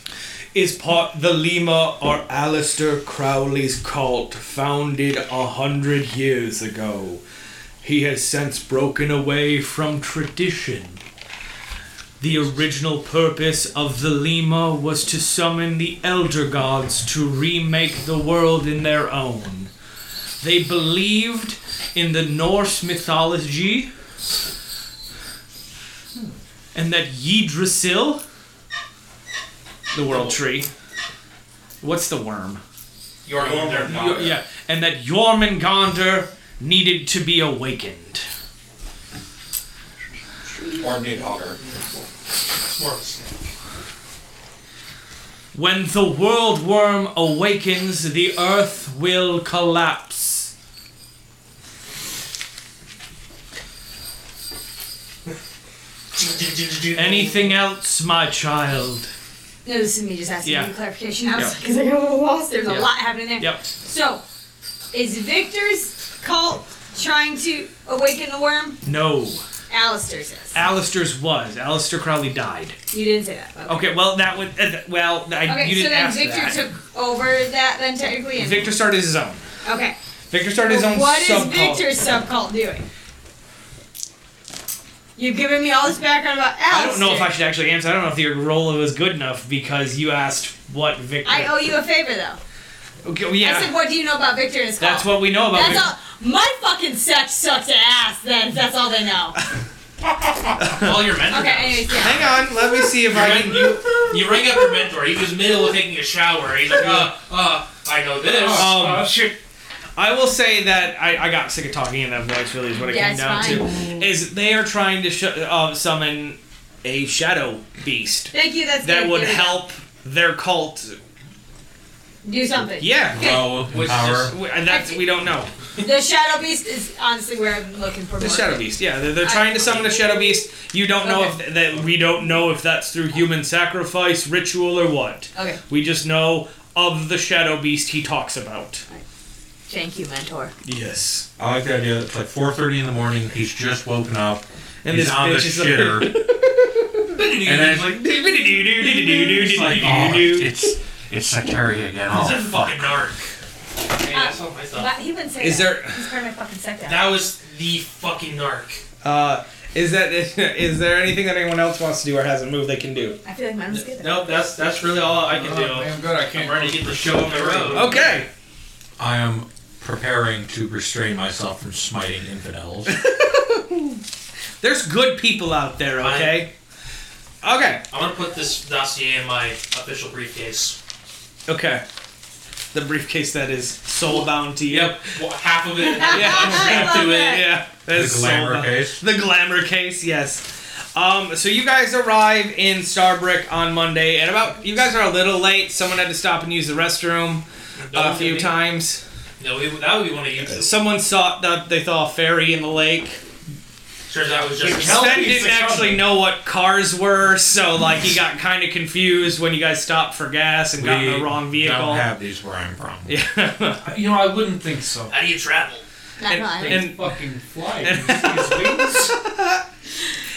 F: is part the Lima or Alistair Crowley's cult founded a hundred years ago. He has since broken away from tradition. The original purpose of the Lima was to summon the elder gods to remake the world in their own. They believed in the Norse mythology and that Yggdrasil, the world tree, what's the worm?
G: You're in there.
F: Y- yeah, and that Jormungandr needed to be awakened.
K: Or Nidhogger.
F: When the world worm awakens, the earth will collapse. Anything else, my child?
D: No, this is me just asking
F: Yeah.
D: you clarification. I was like, 'cause I got a little lost. There's a
F: Yeah.
D: lot happening there.
F: Yep.
D: So, is Victor's cult trying to awaken the worm?
F: No.
D: Alistair says.
F: Alistair's was. Alistair Crowley died.
D: You didn't say that. Okay,
F: Okay, well, that would. Uh, well, I,
D: Okay,
F: Oh, you
D: so
F: didn't
D: then
F: ask
D: Victor
F: that.
D: took over that then technically? And,
F: Victor started his own.
D: okay.
F: Victor started his own
D: what is
F: subcult.
D: Victor's subcult doing? You've given me all this background about Alistair.
F: I don't know if I should actually answer. I don't know if your role was good enough because you asked what Victor.
D: I owe you a favor though.
F: Okay, well, yeah.
D: I said, what do you know about Victor and his cult?
F: That's what we know about
D: That's
F: Victor.
D: all. My fucking sex sucks ass. Then if that's all they know.
G: All your mentor.
D: Okay. Anyways, yeah.
F: Hang on, let me see if I can.
G: You, you ring up your mentor. He was middle of taking a shower. He's like, uh, uh, I know this.
F: Um,
H: oh shit!
F: I will say that I, I got sick of talking in that voice. Really, is what it
D: Yeah,
F: came
D: it's
F: down
D: fine.
F: to. Is they are trying to sh- uh, summon a shadow beast
D: Thank you. That's
F: that
D: good.
F: would
D: There we go.
F: help their cult.
D: Do something.
F: Yeah,
D: Okay.
C: grow in
G: Was
C: power.
F: we- and that's we don't know.
D: The shadow beast is honestly where I'm looking for.
F: The
D: more.
F: shadow beast. Yeah, they're, they're trying to summon a shadow beast. You don't know if that we don't know if that's through human sacrifice, ritual, or what.
D: Okay.
F: We just know of the shadow beast he talks about.
D: Thank you, mentor.
F: Yes.
C: I like the idea that it's like 4.30 in the morning, he's just woken up,
F: And
C: he's
F: this
C: on the
F: bitch is like-
C: shitter, and then it's like, it's like, oh, it's, it's Sectari again, oh
G: He's a fucking
C: fuck.
G: narc. Hey, that's what I thought.
D: But he wouldn't say
F: Is
D: that.
F: there
D: He's part of my fucking sect. act.
G: That was the fucking narc.
C: oh,
F: uh is that is there anything that anyone else wants to do or hasn't moved they can do?
D: I feel like mine was good. though.
G: Nope, that's that's really all I can do.
H: I'm good. I can't.
G: I'm ready to get the show on the road.
F: Okay.
C: I am preparing to restrain myself from smiting infidels.
F: There's good people out there, okay? Okay.
G: I'm gonna put this dossier in my official briefcase.
F: Okay. The briefcase that is soul bound to you.
G: Well, half of it.
F: Yeah.
D: I love that.
F: yeah. That
C: the
F: is soul
C: glamour
F: bound.
C: case.
F: The glamour case, yes. Um, so you guys arrive in Starbrick on Monday at about. You guys are a little late. Someone had to stop and use the restroom a
G: Don't
F: few
G: be-
F: times.
G: No, we, that would be one of you.
F: Someone saw that they saw a ferry in the lake.
G: Turns out it was just
F: Sven didn't actually know what cars were, so like he got kind of confused when you guys stopped for gas and got in the
C: We
F: wrong vehicle.
C: Don't have these where I'm from.
F: yeah.
H: You know, I wouldn't think so.
G: How do you travel?
D: Not
F: and-
D: mine.
F: and-
H: fucking fly. You see his wings?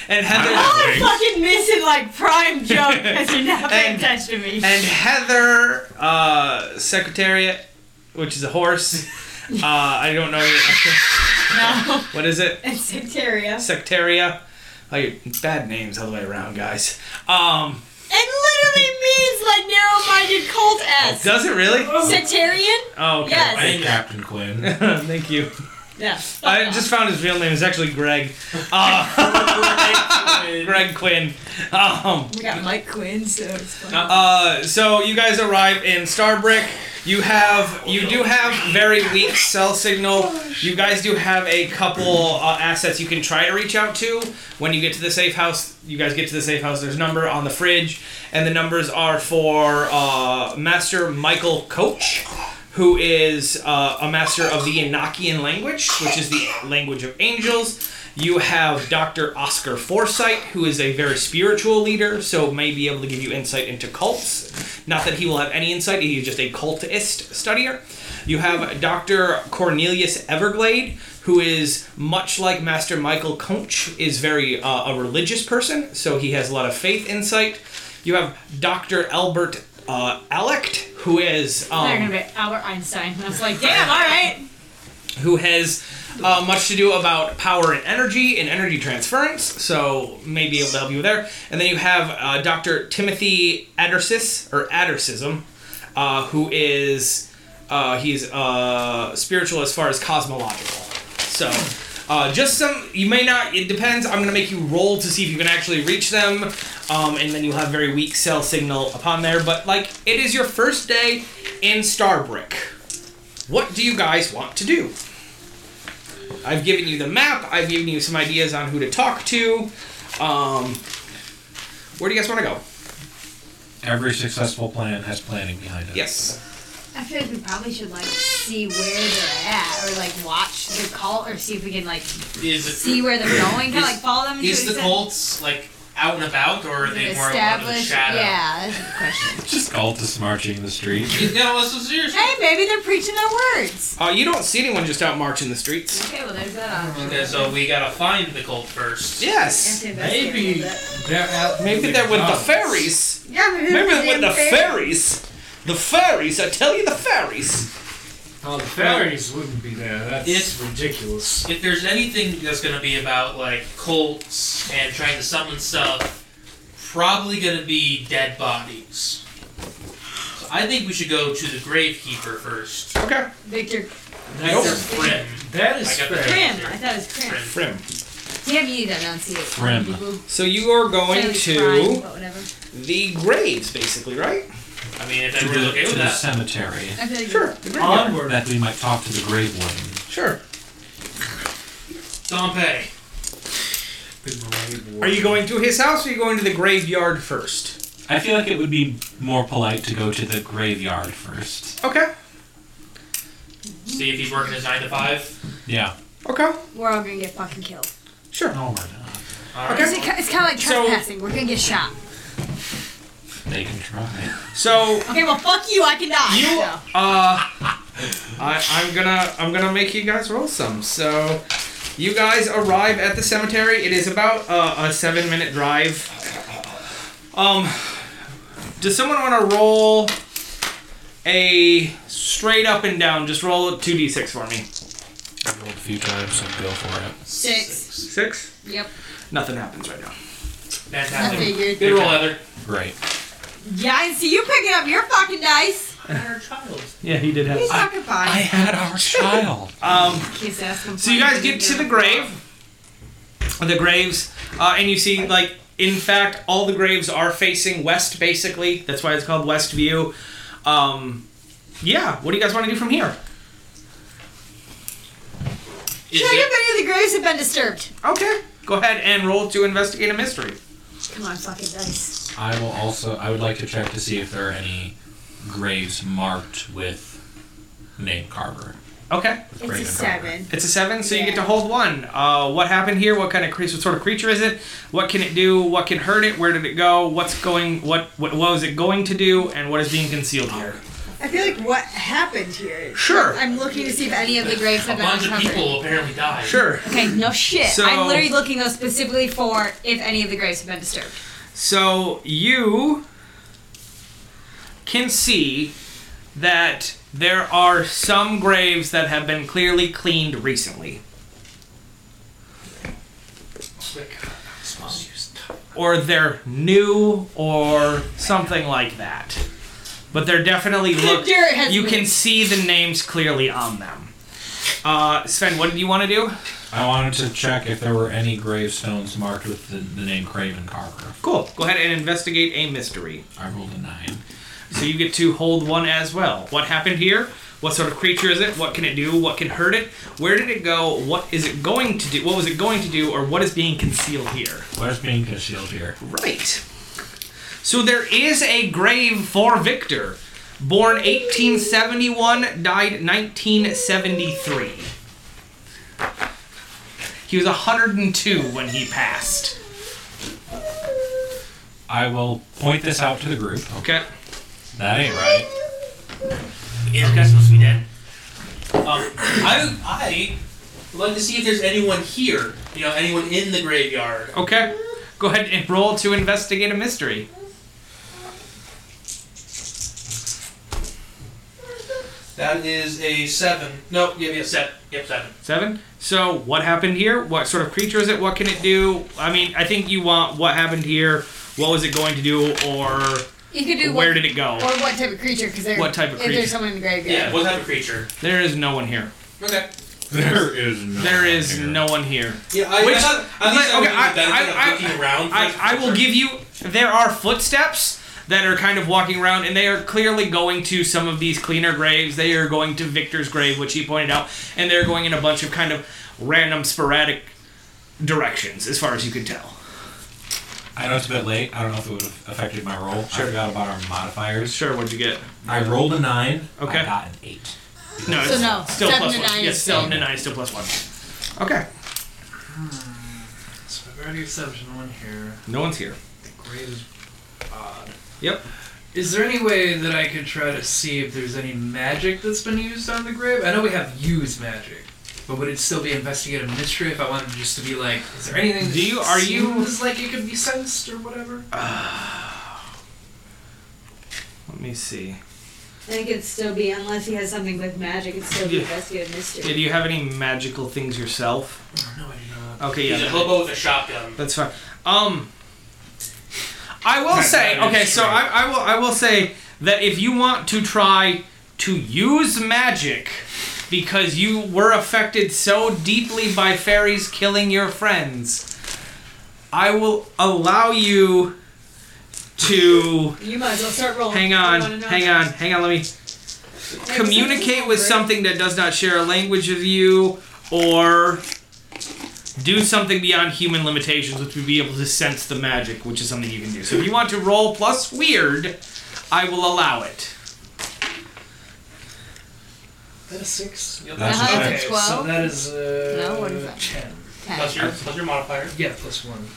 F: and
C: I
F: Heather.
D: Oh,
C: don't
J: I'm
C: think-
J: fucking missing like prime joke because you're not paying
F: And-
J: attention to me.
F: and Heather, uh, Secretariat, which is a horse. Uh, I don't know.
J: No,
F: What is it?
J: it's Sectaria.
F: Sectaria. Like bad names all the way around, guys. Um,
J: It literally means like narrow-minded cult ass.
F: does it really?
J: Sectarian?
F: Oh, okay.
J: Yes.
C: Hey, Captain Quinn.
F: Thank you.
J: Yeah.
F: I just found his real name. It's actually Greg. Uh, Greg Quinn. Um,
D: we got Mike Quinn, so it's fun.
F: uh, so you guys arrive in Starbrick. You have, you do have very weak cell signal. You guys do have a couple uh, assets you can try to reach out to. When you get to the safe house, you guys get to the safe house. There's a number on the fridge, and the numbers are for uh, Master Michael Coach. who is uh, a master of the Enochian language, which is the language of angels. You have Dr. Oscar Forsyte, who is a very spiritual leader, so may be able to give you insight into cults. Not that he will have any insight, he is just a cultist studier. You have Dr. Cornelius Everglade, who is much like Master Michael Conch, is very uh, a religious person, so he has a lot of faith insight. You have Dr. Albert uh, Alect, who is um,
L: They're gonna be Albert Einstein. And I was like, damn, all right.
F: who has uh, much to do about power and energy and energy transference, so may be able to help you there. And then you have uh, Dr. Timothy Addersis, or Addersism, uh, who is, uh, he's uh, spiritual as far as cosmological. So, uh, just some, you may not, it depends. I'm going to make you roll to see if you can actually reach them, um, and then you'll have very weak cell signal upon there. But, like, it is your first day in Starbrick. What do you guys want to do? I've given you the map. I've given you some ideas on who to talk to. Um, where do you guys want to go?
C: Every successful plan has planning behind it.
F: Yes.
D: I feel like we probably should like see where they're at, or like watch the cult, or see if we can like
G: Is it
D: see where they're going, kind of like follow them.
G: Is
D: to
G: the
D: extent-
G: cults like out and about, or are they more out of the
D: established?
G: shadow?
D: Yeah, that's a good question.
C: Just cultists marching the street.
G: No, this is serious.
D: hey, maybe they're preaching their words.
F: Uh, you don't see anyone just out marching the streets.
D: Okay, well there's that option.
G: Okay, so we gotta find the cult first.
F: Yes.
D: Maybe.
H: They're out.
F: Maybe they're with the
H: Oh.
F: fairies.
D: Yeah, maybe
F: Maybe
D: they're
F: they're with the
D: damn
F: fairies. The fairies. I tell you, the fairies.
H: Oh, the fairies wouldn't be there. That's
G: It's-
H: ridiculous.
G: If there's anything that's gonna be about like cults and trying to summon stuff, probably gonna be dead bodies. So I think we should go to the gravekeeper first.
F: Okay.
D: Victor
G: That's Grim.
H: That
G: I
H: is
G: got the
H: fair.
D: Krim. I thought it was
F: Frim.
D: Krim. Damn, you need to enunciate.
C: Krim.
D: Boo-boo.
F: So you are going
D: Fairly prime,
F: to
D: but whatever.
F: the graves, basically, right?
G: I mean, if
C: To
G: everyone's
C: the,
G: okay
C: to
G: with
C: the
G: that.
C: cemetery.
D: I feel like
F: The graveyard.
H: Onward.
C: That we might talk to the grave warden.
F: Sure.
G: Dompe.
F: Are you going to his house or are you going to the graveyard first?
C: I feel like it would be more polite to go to the graveyard first.
F: Okay.
G: See if he's working his nine to five.
C: Yeah.
F: Okay.
D: We're all gonna get fucking killed.
F: Sure.
C: No, we're not.
G: All right.
D: It's, it's kind of like
F: So-
D: trespassing. We're gonna get shot.
C: They can try.
F: So
D: Okay, well fuck you. I can die.
F: You-
D: so.
F: Uh, I, I'm gonna I'm gonna make you guys roll some. So, you guys arrive at the cemetery. It is about uh, a seven minute drive. Um, does someone want to roll a straight up and down? Just roll two d six for me.
C: I've rolled a few times, so go for it.
D: Six.
F: Six.
D: Yep.
F: Nothing happens right now.
D: I
G: Fantastic.
D: figured.
G: Good roll, Heather.
C: Great.
D: Yeah, I see you picking up your fucking dice.
G: Our child.
F: Yeah, he did
D: He's
F: have.
D: fucking
C: I
D: fine.
C: had our child.
F: Um.
D: Kiss ass complaint.
F: So you guys get to the grave, the graves, uh, and you see like in fact all the graves are facing west. Basically, that's why it's called West View. Um, yeah. What do you guys want to do from here?
G: Is
D: Check
G: it,
D: if any of the graves have been disturbed.
F: Okay. Go ahead and roll to investigate a mystery.
D: Come on, fucking dice.
C: I will also. I would like to check to see if there are any graves marked with name carver.
F: Okay.
C: with
D: It's
C: grave
D: a
C: and
D: seven.
F: It's a seven, so you get to
D: Yeah.
F: hold one. Uh, what happened here? What kind of creature? What sort of creature is it? What can it do? What can hurt it? Where did it go? What's going? What what, what was it going to do? And what is being concealed here?
D: I feel like what happened here.
F: Sure.
D: I'm looking to see if any of the graves
G: a
D: have been
G: bunch of
D: uncovered.
G: people apparently died.
F: Sure.
D: Okay, no shit.
F: So-
D: I'm literally looking though specifically for if any of the graves have been disturbed.
F: So you can see that there are some graves that have been clearly cleaned recently. Or they're new or something like that. But they're definitely look
D: Dirt has
F: you
D: been-
F: can see the names clearly on them. Uh, Sven, what did you want to do?
C: I wanted to check if there were any gravestones marked with the, the name Craven Carver.
F: Cool. Go ahead and investigate a mystery.
C: I rolled a nine.
F: So you get to hold one as well. What happened here? What sort of creature is it? What can it do? What can hurt it? Where did it go? What is it going to do? What was it going to do? Or what is being concealed here?
C: What is being concealed here?
F: Right. So there is a grave for Victor. Born 1871, died 1973. He was 102 when he passed.
C: I will point this out to the group.
F: Okay.
C: That ain't right.
G: Is the guy supposed to be dead? Um, I I would like to see if there's anyone here. You know, anyone in the graveyard.
F: Okay. Go ahead and roll to investigate a mystery.
G: That is a seven. No, yeah, yeah, seven. Yep, seven.
F: Seven. So, what happened here? What sort of creature is it? What can it do? I mean, I think you want what happened here. What was it going to do, or
D: You could do
F: where
D: what,
F: did it go?
D: Or what type of creature? Because
F: What type of
D: If
F: creature?
D: there's someone in the graveyard.
G: Yeah, what type of creature?
F: There is no one here.
G: Okay.
F: There is no there is no one here.
G: Yeah, I,
F: Which-
G: I thought, I
F: I-
G: thought
F: okay, I-
G: that would be the benefit
F: I- I-
G: of looking around. for
F: I,
G: this
F: I will
G: creature.
F: give you. There are footsteps that are kind of walking around, and they are clearly going to some of these cleaner graves. They are going to Victor's grave, which he pointed out, and they're going in a bunch of kind of random, sporadic directions, as far as you can tell.
C: I know it's a bit late. I don't know if it would have affected my roll. I forgot about our modifiers.
F: Sure, what'd you get?
C: I rolled a nine.
F: Okay.
C: I got an eight.
F: No,
D: So
F: it's
D: no,
F: still
D: seven
F: plus
D: to
F: one.
D: nine
F: yes,
D: is
F: still
D: safe.
F: to nine, is still plus one. Okay.
H: So I've already established no one here.
F: No one's here.
H: The grave is odd.
F: Yep.
H: Is there any way that I could try to see if there's any magic that's been used on the grave? I know we have used magic, but would it still be investigative mystery if I wanted just to be like, is there anything? That
F: Do you- are you-
H: seems like it could be sensed or whatever?
F: Let me see.
M: I think it'd still be, unless he has something with magic, it'd still be
F: Yeah.
M: investigative mystery.
F: Did you have any magical things yourself?
H: no, I do not.
F: Okay, yeah.
G: He's a
F: that-
G: hobo with a shotgun.
F: That's fine. Um, I will say okay. So I, I will I will say that if you want to try to use magic because you were affected so deeply by fairies killing your friends, I will allow you to
M: You might as well start rolling.
F: hang
M: I wanna
F: on,
M: know.
F: hang on, hang on. Let me communicate with something that does not share a language with you or do something beyond human limitations which would be able to sense the magic which is something you can do so if you want to roll plus weird i will allow it
H: That is six. Yep.
C: That's
D: Uh-huh,
C: a
D: it's
C: shame.
D: a
H: So
D: 12?
H: that is uh,
D: No, what is that?
H: Ten.
G: Plus
D: Okay.
G: your, plus your modifier.
H: Yeah, plus one.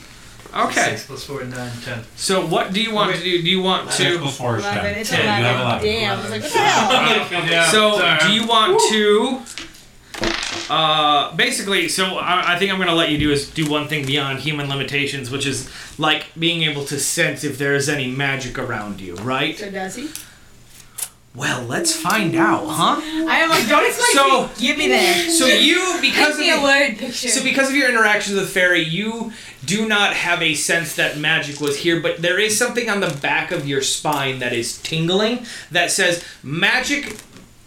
F: okay
H: Six plus four, nine, ten.
F: so what do you want to do do you want to
C: before it's
M: Eleven,
C: done.
M: it's
F: Ten, you
M: eleven.
C: have eleven.
M: Damn, I was like, what the hell?
F: so do you want to uh, basically, so I, I think I'm gonna let you do is do one thing beyond human limitations, which is like being able to sense if there is any magic around you, right?
M: So does he?
F: Well, let's find out, huh?
M: I am like, don't explain
F: So-
M: to me. Give me there.
F: So you, because
M: Give
F: of
M: me a
F: the,
M: word picture.
F: so because of your interactions with fairy, you do not have a sense that magic was here, but there is something on the back of your spine that is tingling that says magic.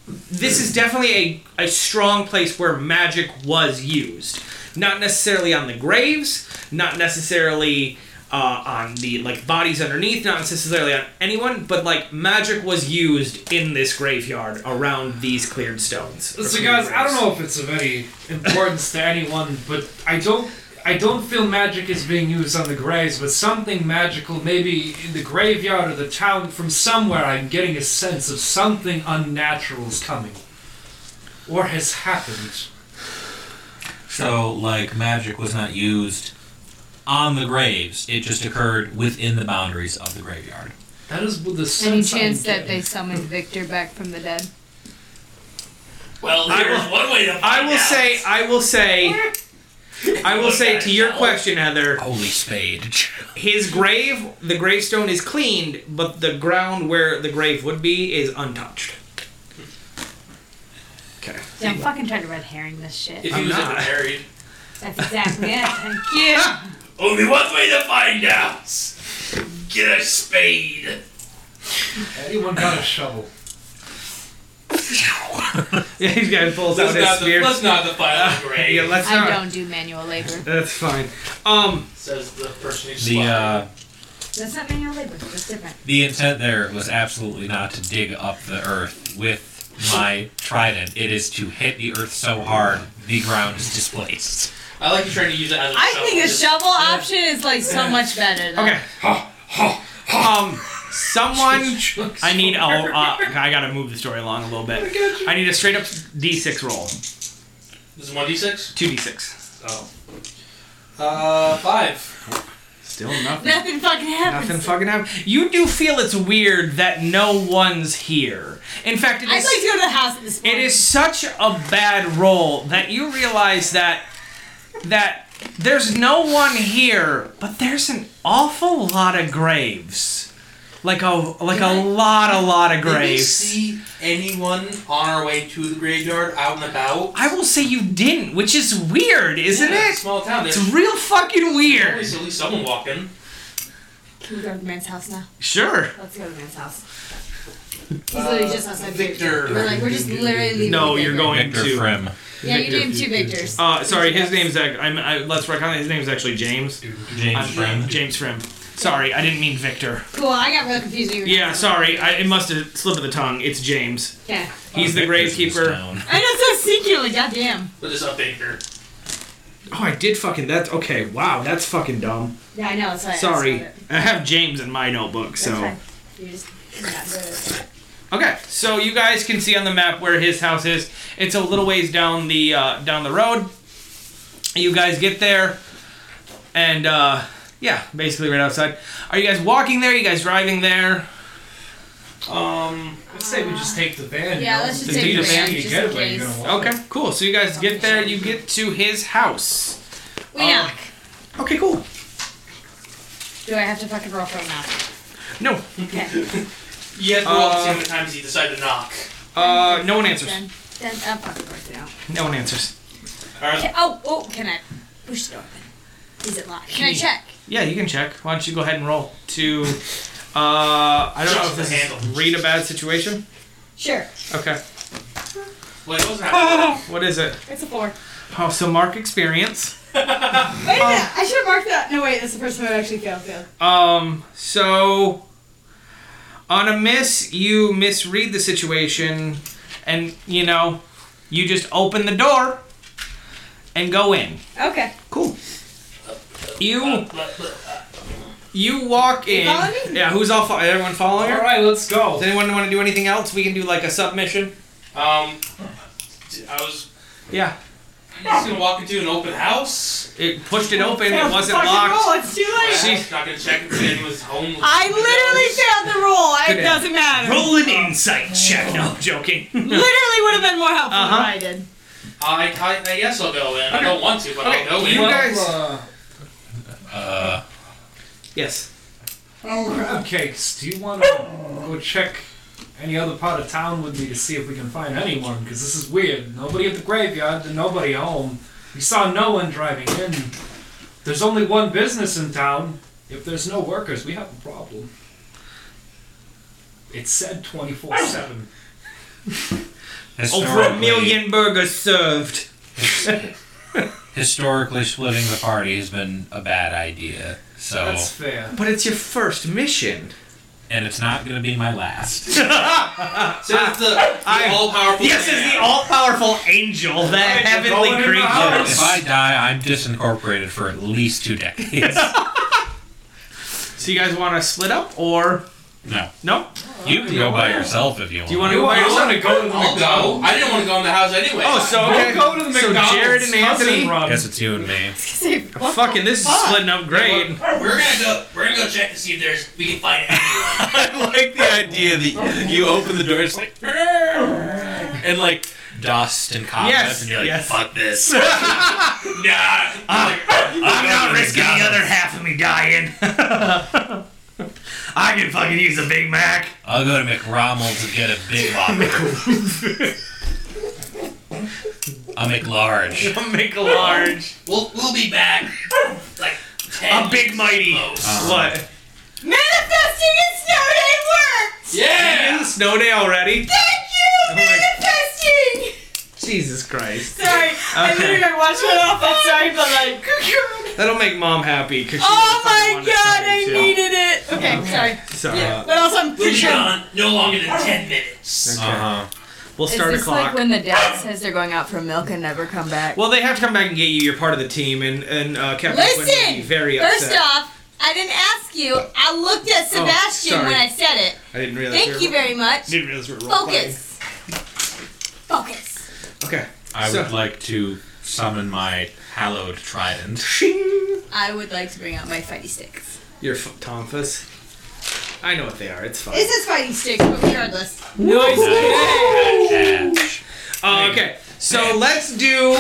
F: This is definitely a, a strong place where magic was used, not necessarily on the graves, not necessarily uh, on the like bodies underneath, not necessarily on anyone, but like magic was used in this graveyard around these cleared stones. or
H: So
F: cleared
H: guys, I
F: graves.
H: don't know if it's of any importance to anyone, but I don't I don't feel magic is being used on the graves, but something magical maybe in the graveyard or the town from somewhere I'm getting a sense of something unnatural is coming. Or has happened.
C: So, like, magic was not used on the graves. It just occurred within the boundaries of the graveyard.
H: That is what the
D: Any
H: sense
D: chance
H: I'm
D: that they summoned Victor back from the dead?
N: Well,
F: I
N: here's
F: will-
N: one way to find
F: I will
N: out.
F: say, I will say, I will say to your question, Heather,
C: Holy spade.
F: his grave, the gravestone is cleaned, but the ground where the grave would be is untouched. Okay.
D: Yeah, I'm fucking trying to red herring this shit.
G: If
F: I'm
G: he was
F: not.
G: ever married.
D: That's exactly it. Thank you.
N: Only one way to find out. Get a spade.
H: getting. Anyone got a shovel.
F: Yeah, he's guy pulls out
G: Let's
F: his
G: not, the,
F: spear.
G: let's not defile the grave.
F: Yeah, let's
D: I
F: not.
D: don't do manual labor.
F: That's fine. Um,
G: Says the person who's
C: The, uh,
D: That's not manual labor. That's different.
C: the intent there was absolutely not to dig up the earth with my trident. It is to hit the earth so hard the ground is displaced.
F: uh,
G: I like you trying to use it as a
D: I
G: shovel.
D: think a
G: Just-
D: shovel option is like so much better. Though.
F: okay. Um, someone. I need a. Uh, I gotta move the story along a little bit. I need a straight up d6 roll. Oh.
G: This is one d six.
F: 2d6.
G: Uh, five.
F: Still nothing.
D: Nothing fucking happens.
F: Nothing fucking happened. You do feel it's weird that no one's here. In fact, it
D: I'd
F: is-
D: like to go to the house at this point.
F: it is such a bad role that you realize that that there's no one here, but there's an awful lot of graves. Like a like a lot a lot of
G: Did we
F: graves.
G: see anyone on our way to the graveyard out and about?
F: I will say you didn't, which is weird, isn't
G: Yeah,
F: it?
G: Small town.
F: It's
G: there's-
F: real fucking
G: There's
F: weird.
G: always at least someone walking.
D: Can we go to the man's house now?
F: Sure.
D: Let's go to the man's house. He's literally just outside the
F: Victor.
D: We're like, we're just literally leaving.
F: No,
D: Victor.
F: you're going
C: Victor
F: to
C: Frim.
D: Yeah, you named two Victors.
F: Uh, sorry, his name's ac- I'm, I, let's recognize his name's actually James.
C: James
F: I'm-
C: Frim.
F: James Frim. Sorry, I didn't mean Victor.
D: Cool, I got real confused when you were
F: Yeah, sorry, I, it must have slipped of the tongue. It's James.
D: Yeah.
F: He's the gravekeeper.
D: I know, so secretly, goddamn.
G: But just up Victor.
F: Oh, I did fucking that's okay. Wow, that's fucking dumb.
D: Yeah, I know, that's why I asked
F: Sorry,
D: about it.
F: I have James in my notebook,
D: That's
F: so.
D: fine. You just got rid of it.
F: Okay, so you guys can see on the map where his house is. It's a little ways down the uh, down the road. You guys get there, and uh, yeah, basically right outside. Are you guys walking there? You guys driving there? Um,
H: Let's say we just take the van.
D: Yeah,
H: you know?
D: let's just
F: Just take take the the van, van,
H: You
F: just
H: get
D: in
H: it when you're
D: case.
H: gonna walk.
F: okay, cool. So you guys get there. You get to his house.
D: We
F: Oh.
D: knock.
F: Okay, cool.
D: Do I have to fuck a girlfriend now?
F: No,
D: Okay.
G: Yes,
F: Uh,
G: well, uh, see how many times you decide to knock.
F: uh, no one answers. Uh,
D: Then, then I'll fuck a girlfriend now.
F: No one answers.
D: Okay, oh, oh, can I push the door open? Is it locked? Can I check?
F: Yeah, you can check. Why don't you go ahead and roll to? Uh, I don't know if this is read a bad situation.
D: Sure.
F: Okay,
G: Well, it wasn't
F: what is it?
D: It's a four.
F: Oh, so mark experience.
D: Wait a minute. I should have marked that. No, wait. That's the first time I actually failed. failed.
F: Um, so on a miss, you misread the situation, and you know, you just open the door and go in.
D: Okay.
F: Cool.
H: Uh,
F: You you walk in.
D: follow me?
F: Yeah, who's all? Fo- everyone following?
H: All
F: her?
H: right, let's go.
F: Does anyone want to do anything else? We can do like a submission. Ah.
G: Um, I was
F: Yeah.
G: just gonna walk into an open house.
F: It pushed it open. It
D: Failed the
F: wasn't
D: fucking
F: locked.
D: Roll. It's too late.
G: She's not gonna check if anyone's home.
D: I literally failed the roll.
F: Good
D: It
F: answer.
D: doesn't matter.
O: Roll an insight check. No,
F: I'm joking.
D: Literally would have been more helpful
F: Uh-huh.
D: if I did.
G: I, I, I guess I'll go in. I don't want to, but I'll go in.
F: You guys.
H: Uh,
C: Uh,
F: Yes.
H: oh, crab cakes. Do you want to go check any other part of town with me to see if we can find anyone? Because this is weird. Nobody at the graveyard and nobody home. We saw no one driving in. There's only one business in town. If there's no workers, we have a problem. It said 24 7.
F: Over a
C: historically-
F: million burgers served.
C: Historically, splitting the party has been a bad idea.
G: Oh.
C: So,
H: That's fair.
F: But it's your first mission.
C: and it's not going to be my last.
G: Says the,
F: Ah, I-
G: all powerful.
F: Yes, is the all-powerful angel, the heavenly
H: going in the
F: creature.
H: house.
C: if I die, I'm disincorporated for at least two decades.
F: So you guys want to split up, or
C: no,
F: no?
C: you can go by yourself if you want.
F: Do you want to
H: You
F: go by
H: want-
F: yourself?
H: I want to go to the
G: I'll go.
H: McDonald's.
G: I didn't want to go in the house anyway.
F: Oh, so
H: We'll
F: okay.
H: go to the
F: so
H: McDonald's.
F: Jared and
H: Cousin
F: Anthony.
H: Rob.
C: Guess it's you and me.
F: Fucking, this is splitting up great.
G: we're gonna go. We're gonna go check to see if there's we can find anyone.
C: I like the idea that you open the door, it's like, and like dust and cobwebs,
F: Yes,
C: and you're like,
F: yes.
C: fuck this.
G: nah.
O: Uh, I'm not risking the other half of me dying. I can fucking use a Big Mac.
C: I'll go to McRommel's and get a big whopper. I'll make large.
F: Make a large.
G: We'll we'll be back. Like ten.
O: A Big Mighty.
G: Close.
F: What?
D: Manifesting a snow day worked.
G: Yeah.
F: Is it Snow day already?
D: Thank you,
F: Oh my-
D: manifesting.
F: Jesus Christ.
D: Sorry, I
F: Okay.
D: literally watched it off. I'm sorry, but like.
F: That'll make mom happy. 'cause she
D: Oh
F: doesn't
D: my
F: want it
D: god,
F: to
D: I
F: be too. Uh,
D: needed it. Okay, sorry.
F: So
D: But also, I'm
G: We'll
D: pretty
G: be
D: sure.
G: gone no longer than ten minutes.
F: okay. Uh-huh.
C: Uh-huh.
F: we'll
D: Is
F: start
D: this
F: a clock.
D: like when the dad says they're going out for milk and never come back?
F: well, they have to come back and get you. You're part of the team, and and uh, Captain Quinn would be
D: Listen.
F: very
D: first
F: upset.
D: off, I didn't ask you. I looked at
F: Oh,
D: Sebastian
F: sorry.
D: when I said it.
F: I didn't realize.
D: Thank you
F: were,
D: very much.
F: didn't realize we were role-playing.
D: Focus. Focus.
F: Okay.
C: I
F: So-
C: would like to summon my hallowed trident.
D: I would like to bring out my fighty sticks.
F: Your f- tonfas. I know what they are. It's fine.
D: This is fighty sticks, but regardless.
F: Nice catch. Uh, okay, so let's do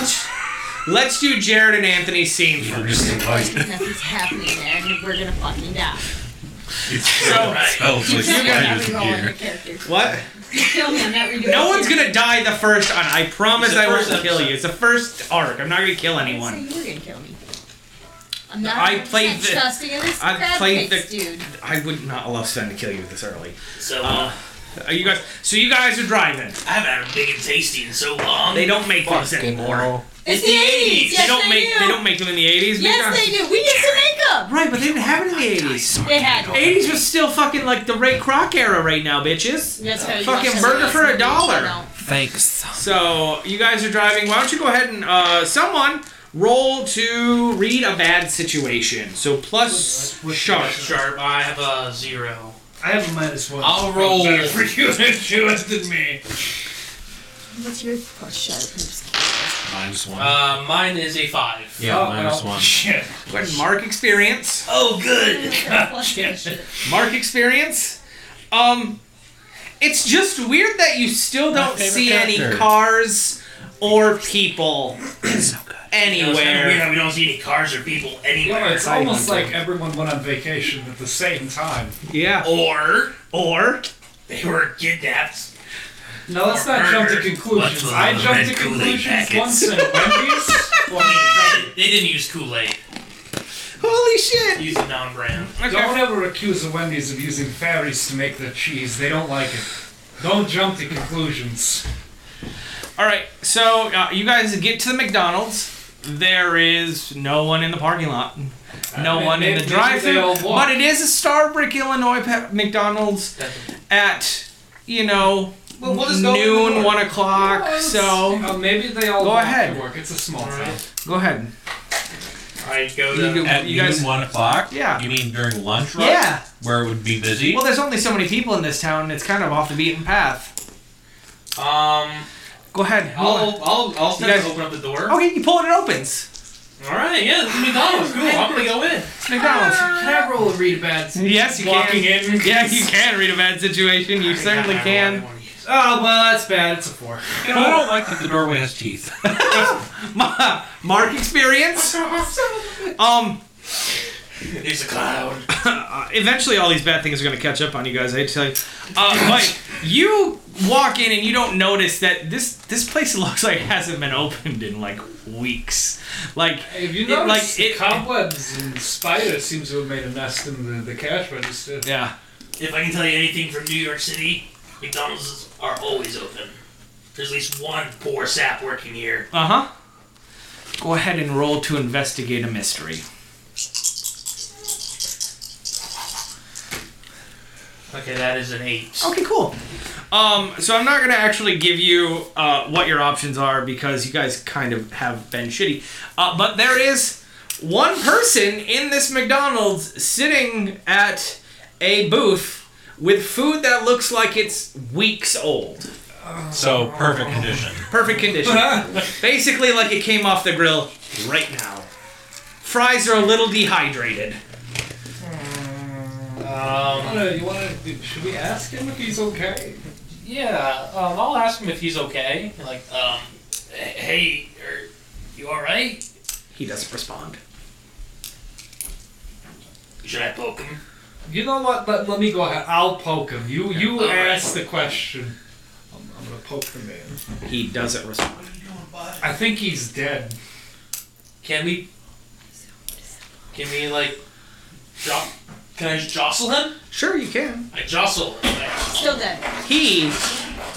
F: let's do Jared and Anthony's scene first.
D: Nothing's happening there, and we're gonna fucking die.
F: so
D: you kill me, I'm not
F: you
D: rerolling your
F: guys-
D: character.
F: what?
D: You kill me, I'm not redoing
F: No
D: it.
F: one's gonna die the first on. I promise
D: It's the
F: I won't
D: first
F: kill you. It's the first arc. I'm not gonna kill
D: So
F: anyone.
D: you were gonna kill me. I'm not.
F: I played
D: 100%
F: the-
D: Trusting in this
F: I
D: crab
F: played
D: cakes,
F: the-
D: dude.
F: I would not allow Sven to kill you this early. So uh, are you guys, so you guys are driving. I haven't had a big and tasty in so long. They don't make these anymore.
D: It's the 80s.
F: they
D: Yes,
F: don't
D: they
F: make
D: do.
F: they don't make them in the 80s.
D: Yes, they do. We used to make them.
F: Right, but they didn't have it in the 80s.
D: They had.
F: 80s was still fucking like the Ray Kroc era right now, bitches.
D: That's how you watch
F: fucking
D: us
F: burger
D: last
F: for a
D: movie.
F: dollar.
D: No.
F: Thanks. So you guys are driving. Why don't you go ahead and uh, someone roll to read a bad situation. So plus sharp.
G: Sharp. I have a zero.
H: I have a minus one.
G: I'll roll.
H: Better for you than you than me.
D: What's your plus sharp?
C: Minus one.
G: Uh, mine is a five.
C: Yeah, Oh, minus well, one.
G: Shit.
F: Where's Mark experience?
G: Oh, good.
F: Mark experience. Um, it's just weird that you still don't
C: favorite
F: see any
C: character.
F: cars or people anywhere.
G: It's kinda weird how we don't see any cars or people anywhere.
H: Well, it's almost like everyone went on vacation at the same time.
F: Yeah.
G: Or
F: or
G: they were kidnapped.
H: Now let's not jump to conclusions.
F: uh,
H: I jumped to conclusions once in Wendy's.
G: they didn't use Kool Aid.
F: Holy shit!
G: Use a non-brand.
H: Don't ever accuse the Wendy's of using fairies to make their cheese. They don't like it. Don't jump to conclusions.
F: All right, so uh, you guys get to the McDonald's. There is no one in the parking lot, no
H: Uh,
F: one in
H: maybe-
F: the
H: maybe they all
F: drive-through.
H: walk.
F: But it is a Starbrick, Illinois pe- McDonald's at you know
H: Well, we'll just go in the
F: noon,
H: door.
F: one o'clock. So
H: Oh, maybe they all
F: Go
H: walk
F: ahead.
H: to work. It's a small town.
F: go ahead.
G: I go
F: You
G: to. um,
F: go-
C: At
F: you guys-
C: noon, one o'clock.
F: Yeah.
C: You mean during lunch? rush,
F: Yeah.
C: Where it would be busy.
F: Well, there's only so many people in this town. It's kind of off the beaten path.
G: Um,
F: Go ahead.
G: I'll I'll I'll
F: You
G: start to
F: guys-
G: open up the door.
F: Okay, you pull it. It opens.
G: All right, yeah, this is McDonald's. Cool. I'm gonna go in.
F: It's McDonald's.
H: Can I roll a read about
F: Yes, you
H: walking
F: can.
H: in?
F: Yeah, you can read a bad situation. You certainly can.
H: Oh well, that's bad. It's a four.
C: You know, I don't like that the doorway has teeth.
F: Ma- Mark experience. Um,
G: He's a clown.
F: uh, eventually, all these bad things are going to catch up on you guys. I hate to tell you, uh, but you walk in and you don't notice that this this place looks like it hasn't been opened in like weeks. Like,
H: Have you
F: it-
H: noticed
F: like it,
H: cobwebs and spiders seems to have made a nest in the, the cash register?
F: yeah.
G: If I can tell you anything from New York City, McDonald's are always open. There's at least one poor sap working here.
F: Uh huh. Go ahead and roll to investigate a mystery.
G: Okay, that is an eight.
F: Okay, cool. Um, so I'm not gonna actually give you uh, what your options are because you guys kind of have been shitty. Uh, but there is one person in this McDonald's sitting at a booth with food that looks like it's weeks old.
C: So perfect condition.
F: Perfect condition. Basically, like it came off the grill right now. Fries are a little dehydrated.
H: I
G: Um,
H: don't know, you wanna, do- should we ask him if he's okay?
G: yeah, um, I'll ask him if he's okay. Like, um, hey, are you all right?
F: He doesn't respond.
G: Should I poke him?
H: You know what? Let, let me go ahead. I'll poke him. You you
G: All right.
H: ask the question. I'm, I'm gonna poke the man.
F: He doesn't respond.
H: I think he's dead.
G: Can we? Can we like? Jo- can I just jostle him?
F: Sure, you can.
G: I jostle. Him.
D: Still dead.
F: He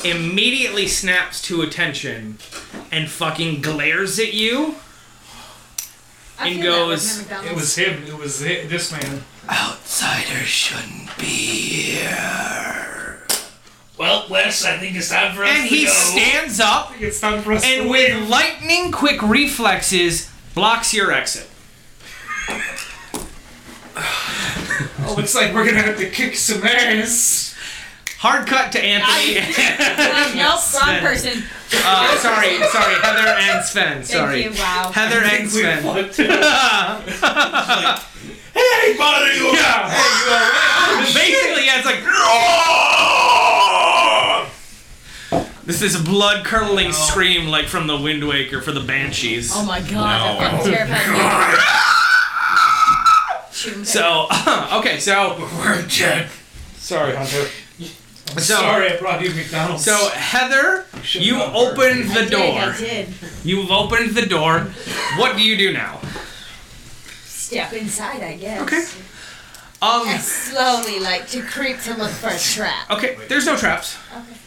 F: immediately snaps to attention and fucking glares at you.
D: I
F: In
D: feel that
F: goes-
D: with my
H: It
D: McDonald's.
H: was him. It was hi this man.
C: Outsiders shouldn't be here.
G: Well, Wes, I think it's time for us
F: And
G: to
F: he
G: go.
F: stands up
H: It's time for us to
F: and
H: leave.
F: with lightning quick reflexes blocks your exit.
H: Oh, looks like we're gonna have to kick some ass.
F: Hard cut to Anthony.
P: nope, wrong
F: Sven.
P: person.
F: Uh, sorry, sorry, Heather and Sven. Sorry,
P: you, wow.
F: Heather
P: I
F: and
P: think we
F: Sven.
Q: Hey, buddy! you-
F: Basically, yeah, it's like. This is a blood curdling scream like from the Wind Waker for the Banshees.
P: Oh my god, that fucking terrified me.
F: So, okay, so. We're dead. Sorry, Hunter.
H: I'm
F: So-
H: sorry I brought you McDonald's.
F: So, Heather, you opened the door.
D: I did.
F: You've opened the door. What do you do now?
D: Step inside, I guess.
F: Okay. Um.
D: And slowly, like to creep to look for a trap.
F: Okay, there's no traps.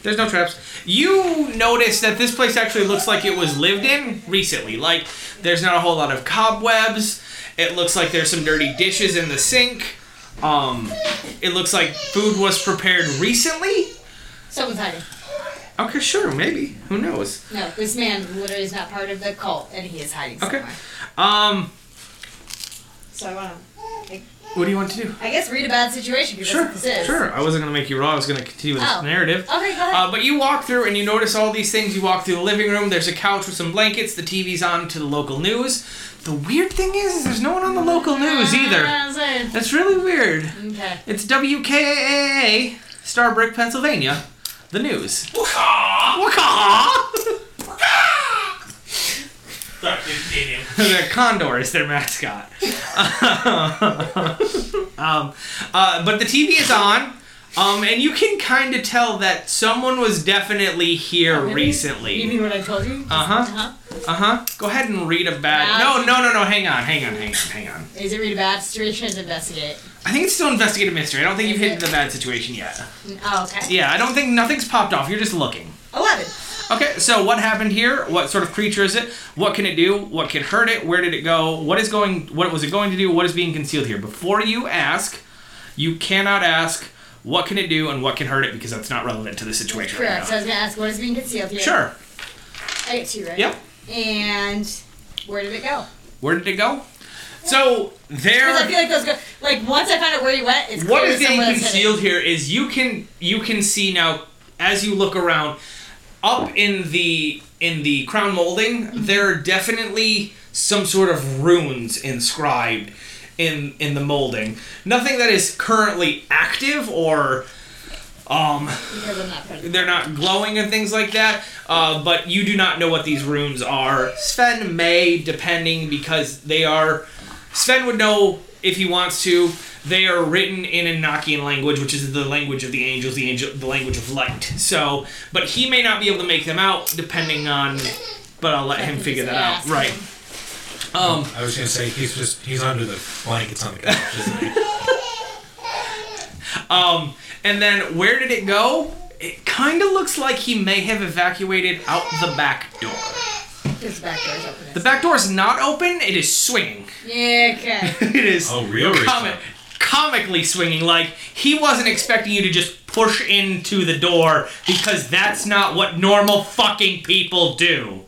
F: There's no traps. You notice that this place actually looks like it was lived in recently. Like, there's not a whole lot of cobwebs. It looks like there's some dirty dishes in the sink. Um, it looks like food was prepared recently.
D: Someone's hiding.
F: Okay, sure, maybe. Who knows?
D: No, this man literally is not part of the cult, and he is hiding somewhere.
F: Um,
D: So I want to,
F: what do you want to do?
D: I guess, read a bad situation because
F: Sure,
D: that's what this is.
F: sure. I wasn't gonna make you raw. I was gonna continue with
D: Oh.
F: this narrative.
D: Okay, go ahead.
F: Uh, but you walk through and you notice all these things. You walk through the living room. There's a couch with some blankets. The TV's on to the local news. The weird thing is, is there's no one on the local news either. That's really weird.
D: Okay.
F: It's WKAA, Starbrick, Pennsylvania. The news. Waka! the condor is their mascot. um, uh, but the TV is on, um, and you can kind of tell that someone was definitely here
P: You
F: recently.
P: mean what I told you?
F: Uh
D: Uh-huh.
F: huh. Uh huh. Go ahead and read a bad. No, no, no, no. Hang on, hang on, hang on, hang on.
D: Is it read a bad situation or investigate?
F: I think it's still investigative mystery. I don't think you've hit the bad situation yet.
D: Oh, okay.
F: Yeah, I don't think nothing's popped off. You're just looking.
D: Eleven.
F: Okay, so what happened here? What sort of creature is it? What can it do? What could hurt it? Where did it go? What is going? What was it going to do? What is being concealed here? Before you ask, you cannot ask what can it do and what can hurt it because that's not relevant to the situation right
D: Correct. So
F: now.
D: I was gonna ask what is being concealed here.
F: Sure.
D: I get two right.
F: Yep.
D: And where did it go?
F: Where did it go? So
D: Because I
F: there.
D: feel like those go like once I find out where you went, it's
F: What
D: clear
F: is being
D: someone else hid it.
F: concealed here is you can you can see now as you look around up in the in the crown molding
D: Mm-hmm.
F: there are definitely some sort of runes inscribed in in the molding nothing that is currently active or um
D: Because I'm not part of it.
F: they're not glowing and things like that uh, but you do not know what these runes are sven may depending because they are sven would know if he wants to they are written in Enochian language, which is the language of the angels, the angel, the language of light. So, but he may not be able to make them out, depending on. But I'll let him figure that out. Right. Um,
C: I was gonna say he's just he's under the blankets on the couch, isn't he?
F: Um, and then where did it go? It kind of looks like he may have evacuated out the back door.
D: His back door's open.
F: The back door is not open; it is swinging.
D: Yeah, okay.
F: it is
C: Oh, real
F: comic,
C: reason.
F: comically swinging. Like he wasn't expecting you to just push into the door because that's not what normal fucking people do.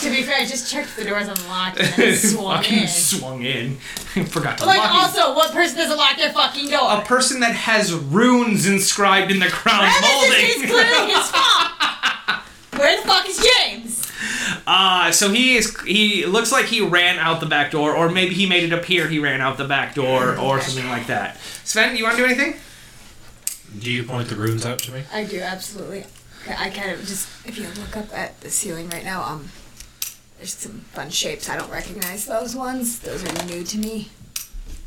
D: to be fair, I just checked the doors unlocked and then swung
F: fucking
D: in.
F: swung in. Forgot to
D: Like
F: lock it.
D: also, what person doesn't lock their fucking door?
F: A person that has runes inscribed in the crown
D: This
F: molding.
D: is clearly his fault. Where the fuck is James?
F: Uh, so he is. He looks like he ran out the back door, or maybe he made it appear he ran out the back door, or something like that. Sven, you want to do anything?
C: Do you point the runes out to me?
D: I do absolutely. I kind of just if you look up at the ceiling right now, um, there's some fun shapes. I don't recognize those ones. Those are new to me.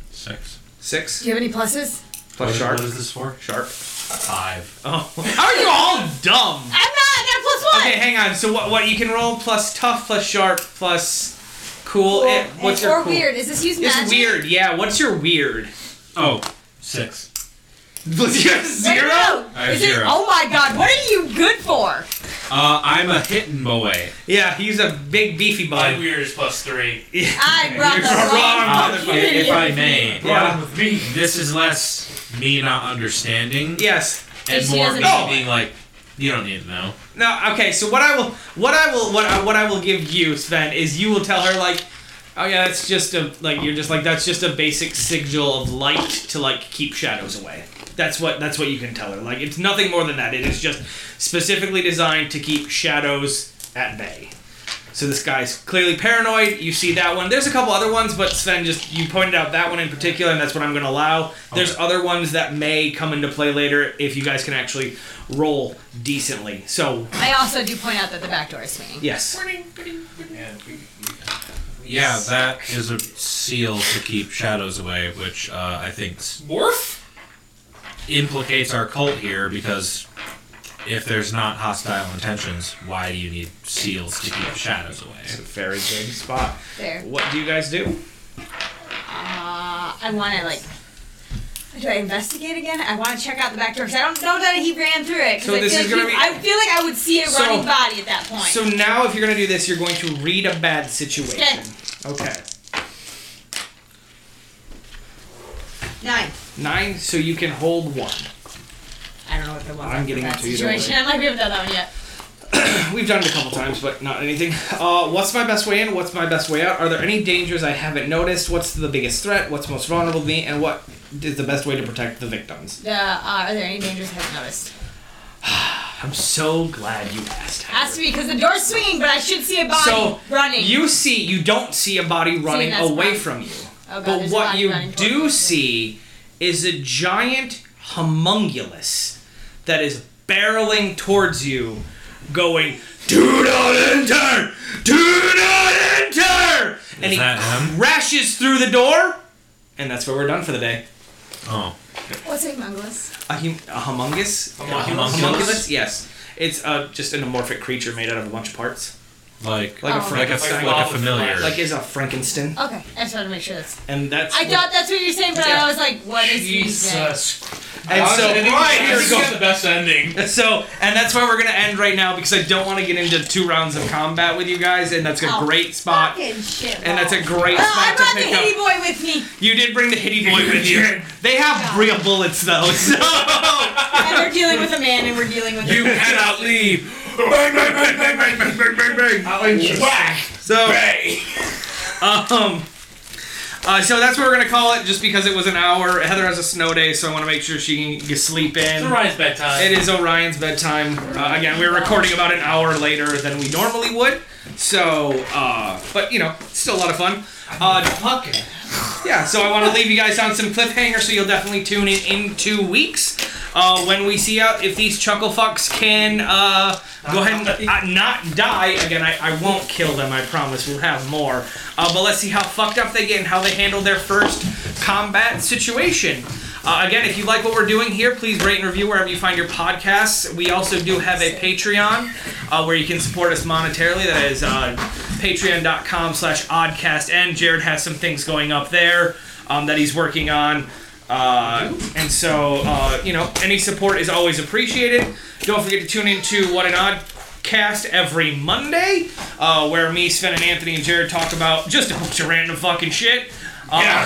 C: Six.
F: Six.
D: Do you have any pluses?
C: What
F: Plus
C: is-
F: sharp.
C: What is this for?
F: Sharp.
C: Five.
F: Oh, how are you all dumb?
D: I'm not. I got a plus one.
F: Okay, hang on. So what? What you can roll plus tough, plus sharp, plus cool.
D: Cool.
F: eh, what's
D: And-
F: your
D: or
F: cool?
D: weird. Is this used
F: It's
D: magic?
F: weird. Yeah. What's your weird?
C: Oh, six.
F: Was your zero?
C: I have
D: Is it?
C: zero.
D: Oh my god! What are you good for?
C: Uh, I'm a hitting boy.
F: Yeah, he's a big beefy bud.
G: My weird is plus three.
D: I brought the wrong.
C: Uh, if I may,
H: Wrong with me.
C: this is less me not understanding
F: Yes. Oh.
C: and
D: She
C: more
D: doesn't
C: me
D: know.
C: being like, you don't need to know.
F: No, okay. So what I will, what I will, what I, what I will give you, Sven, is you will tell her like, Oh yeah, that's just a like you're just like that's just a basic sigil of light to like keep shadows away. That's what that's what you can tell her. Like it's nothing more than that. It is just specifically designed to keep shadows at bay. So this guy's clearly paranoid. You see that one. There's a couple other ones, but Sven just you pointed out that one in particular, and that's what I'm going to allow. There's other ones that may come into play later if you guys can actually roll decently. So
D: I also do point out that the back door is swinging.
F: Yes.
C: Yeah, that is a seal to keep shadows away, which uh, I think s-
G: Morph?
C: implicates our cult here because if there's not hostile intentions, why do you need seals to keep shadows away? It's
F: a very good spot.
D: There.
F: What do you guys do?
D: Uh, I want to like. Do I investigate again? I want to check out the back door because I don't know that he ran through it. 'cause
F: So
D: I
F: this
D: feel
F: is
D: like
F: gonna
D: he-
F: be-
D: I feel like I would see a
F: So-
D: running body at that point.
F: So now, if you're going to do this, you're going to read a bad situation.
D: Okay.
F: Okay.
D: Nine.
F: Nine, so you can hold one.
D: I don't know what the one.
F: I'm getting it to you. don't worry.
D: Situation. I might be able to do that one yet.
F: We've done it a couple times, but not anything. Uh, what's my best way in? What's my best way out? Are there any dangers I haven't noticed? What's the biggest threat? What's most vulnerable to me? And what is the best way to protect the victims?
D: The, uh, are there any dangers I haven't noticed?
F: I'm so glad you asked.
D: Has to be because the door's swinging, but I should see a body
F: So
D: running.
F: you see, you don't see a body running
D: that's
F: away
D: fine.
F: from you.
D: Oh, God,
F: but
D: there's a
F: what
D: body
F: you
D: running towards
F: do see is a giant homunculus that is barreling towards you, going, "Do not enter! Do not enter!" and he crashes through the door, and that's where we're done for the day. Oh.
R: What's a mungulus?
F: A, hum- a humongous?
R: Homunculus?
F: A homunculus? Yes. It's uh, just an amorphic creature made out of a bunch of parts. Like, like,
D: Oh.
F: a Frankenstein.
C: Like a- like a familiar.
F: Like is a Frankenstein.
D: Okay, I just wanted to make sure that's.
F: And that's.
D: I
F: what-
D: thought that's what you were saying, but
F: Yeah.
D: I was like, what is Jesus. he saying?
F: And so,
G: I think
F: right, here we
G: this
F: go.
G: is the best ending.
F: So, and that's where we're gonna end right now because I don't want to get into two rounds of combat with you guys, and that's a
D: Oh,
F: great spot.
D: Fucking shit.
F: And that's a great
D: Oh,
F: spot
D: I
F: to
D: brought the
F: pick up.
D: hitty boy with me.
F: You did bring the hitty boy with you. They have real bullets though, so
D: and they're dealing with a man, and we're dealing with.
F: you cannot leave. Bang bang bang bang bang bang bang bang bang. Whack. So. Um. Uh, so that's what we're gonna call it, just because it was an hour. Heather has a snow day, so I want to make sure she can get sleep in.
G: It's Orion's bedtime.
F: Uh, It is Orion's bedtime. Uh, again, we're recording about an hour later than we normally would. So, uh, but you know, still a lot of fun. Uh, fucking. Yeah. So I want to leave you guys on some cliffhanger, so you'll definitely tune in in two weeks uh, when we see out if these chuckle fucks can uh, go ahead and uh, not die. Again, I, I won't kill them. I promise. We'll have more. Uh, but let's see how fucked up they get and how they handle their first combat situation. Uh, again, if you like what we're doing here, please rate and review wherever you find your podcasts. We also do have a Patreon uh, where you can support us monetarily. That is uh, patreon.com slash oddcast. And Jared has some things going up there um, that he's working on. Uh, and so, uh, you know, any support is always appreciated. Don't forget to tune in to What an Odd cast every Monday uh, where me, Sven, and Anthony and Jared talk about just a bunch of random fucking shit. Um, yeah,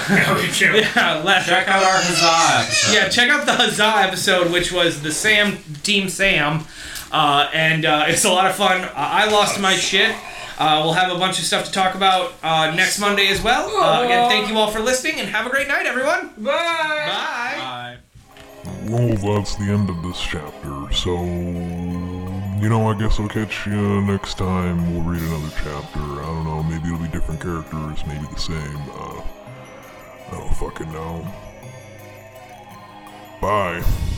F: check out our Huzzah episode. Yeah, check out the Huzzah episode, which was the Sam, Team Sam. Uh, and uh, it's a lot of fun. Uh, I lost my shit. Uh, we'll have a bunch of stuff to talk about uh, next Monday as well. Uh, again, thank you all for listening and have a great night, everyone. Bye. Bye.
S: Well, that's the end of this chapter, so. You know, I guess I'll catch you next time. We'll read another chapter. I don't know, maybe it'll be different characters, maybe the same. oh, Uh, I don't fucking know. Bye.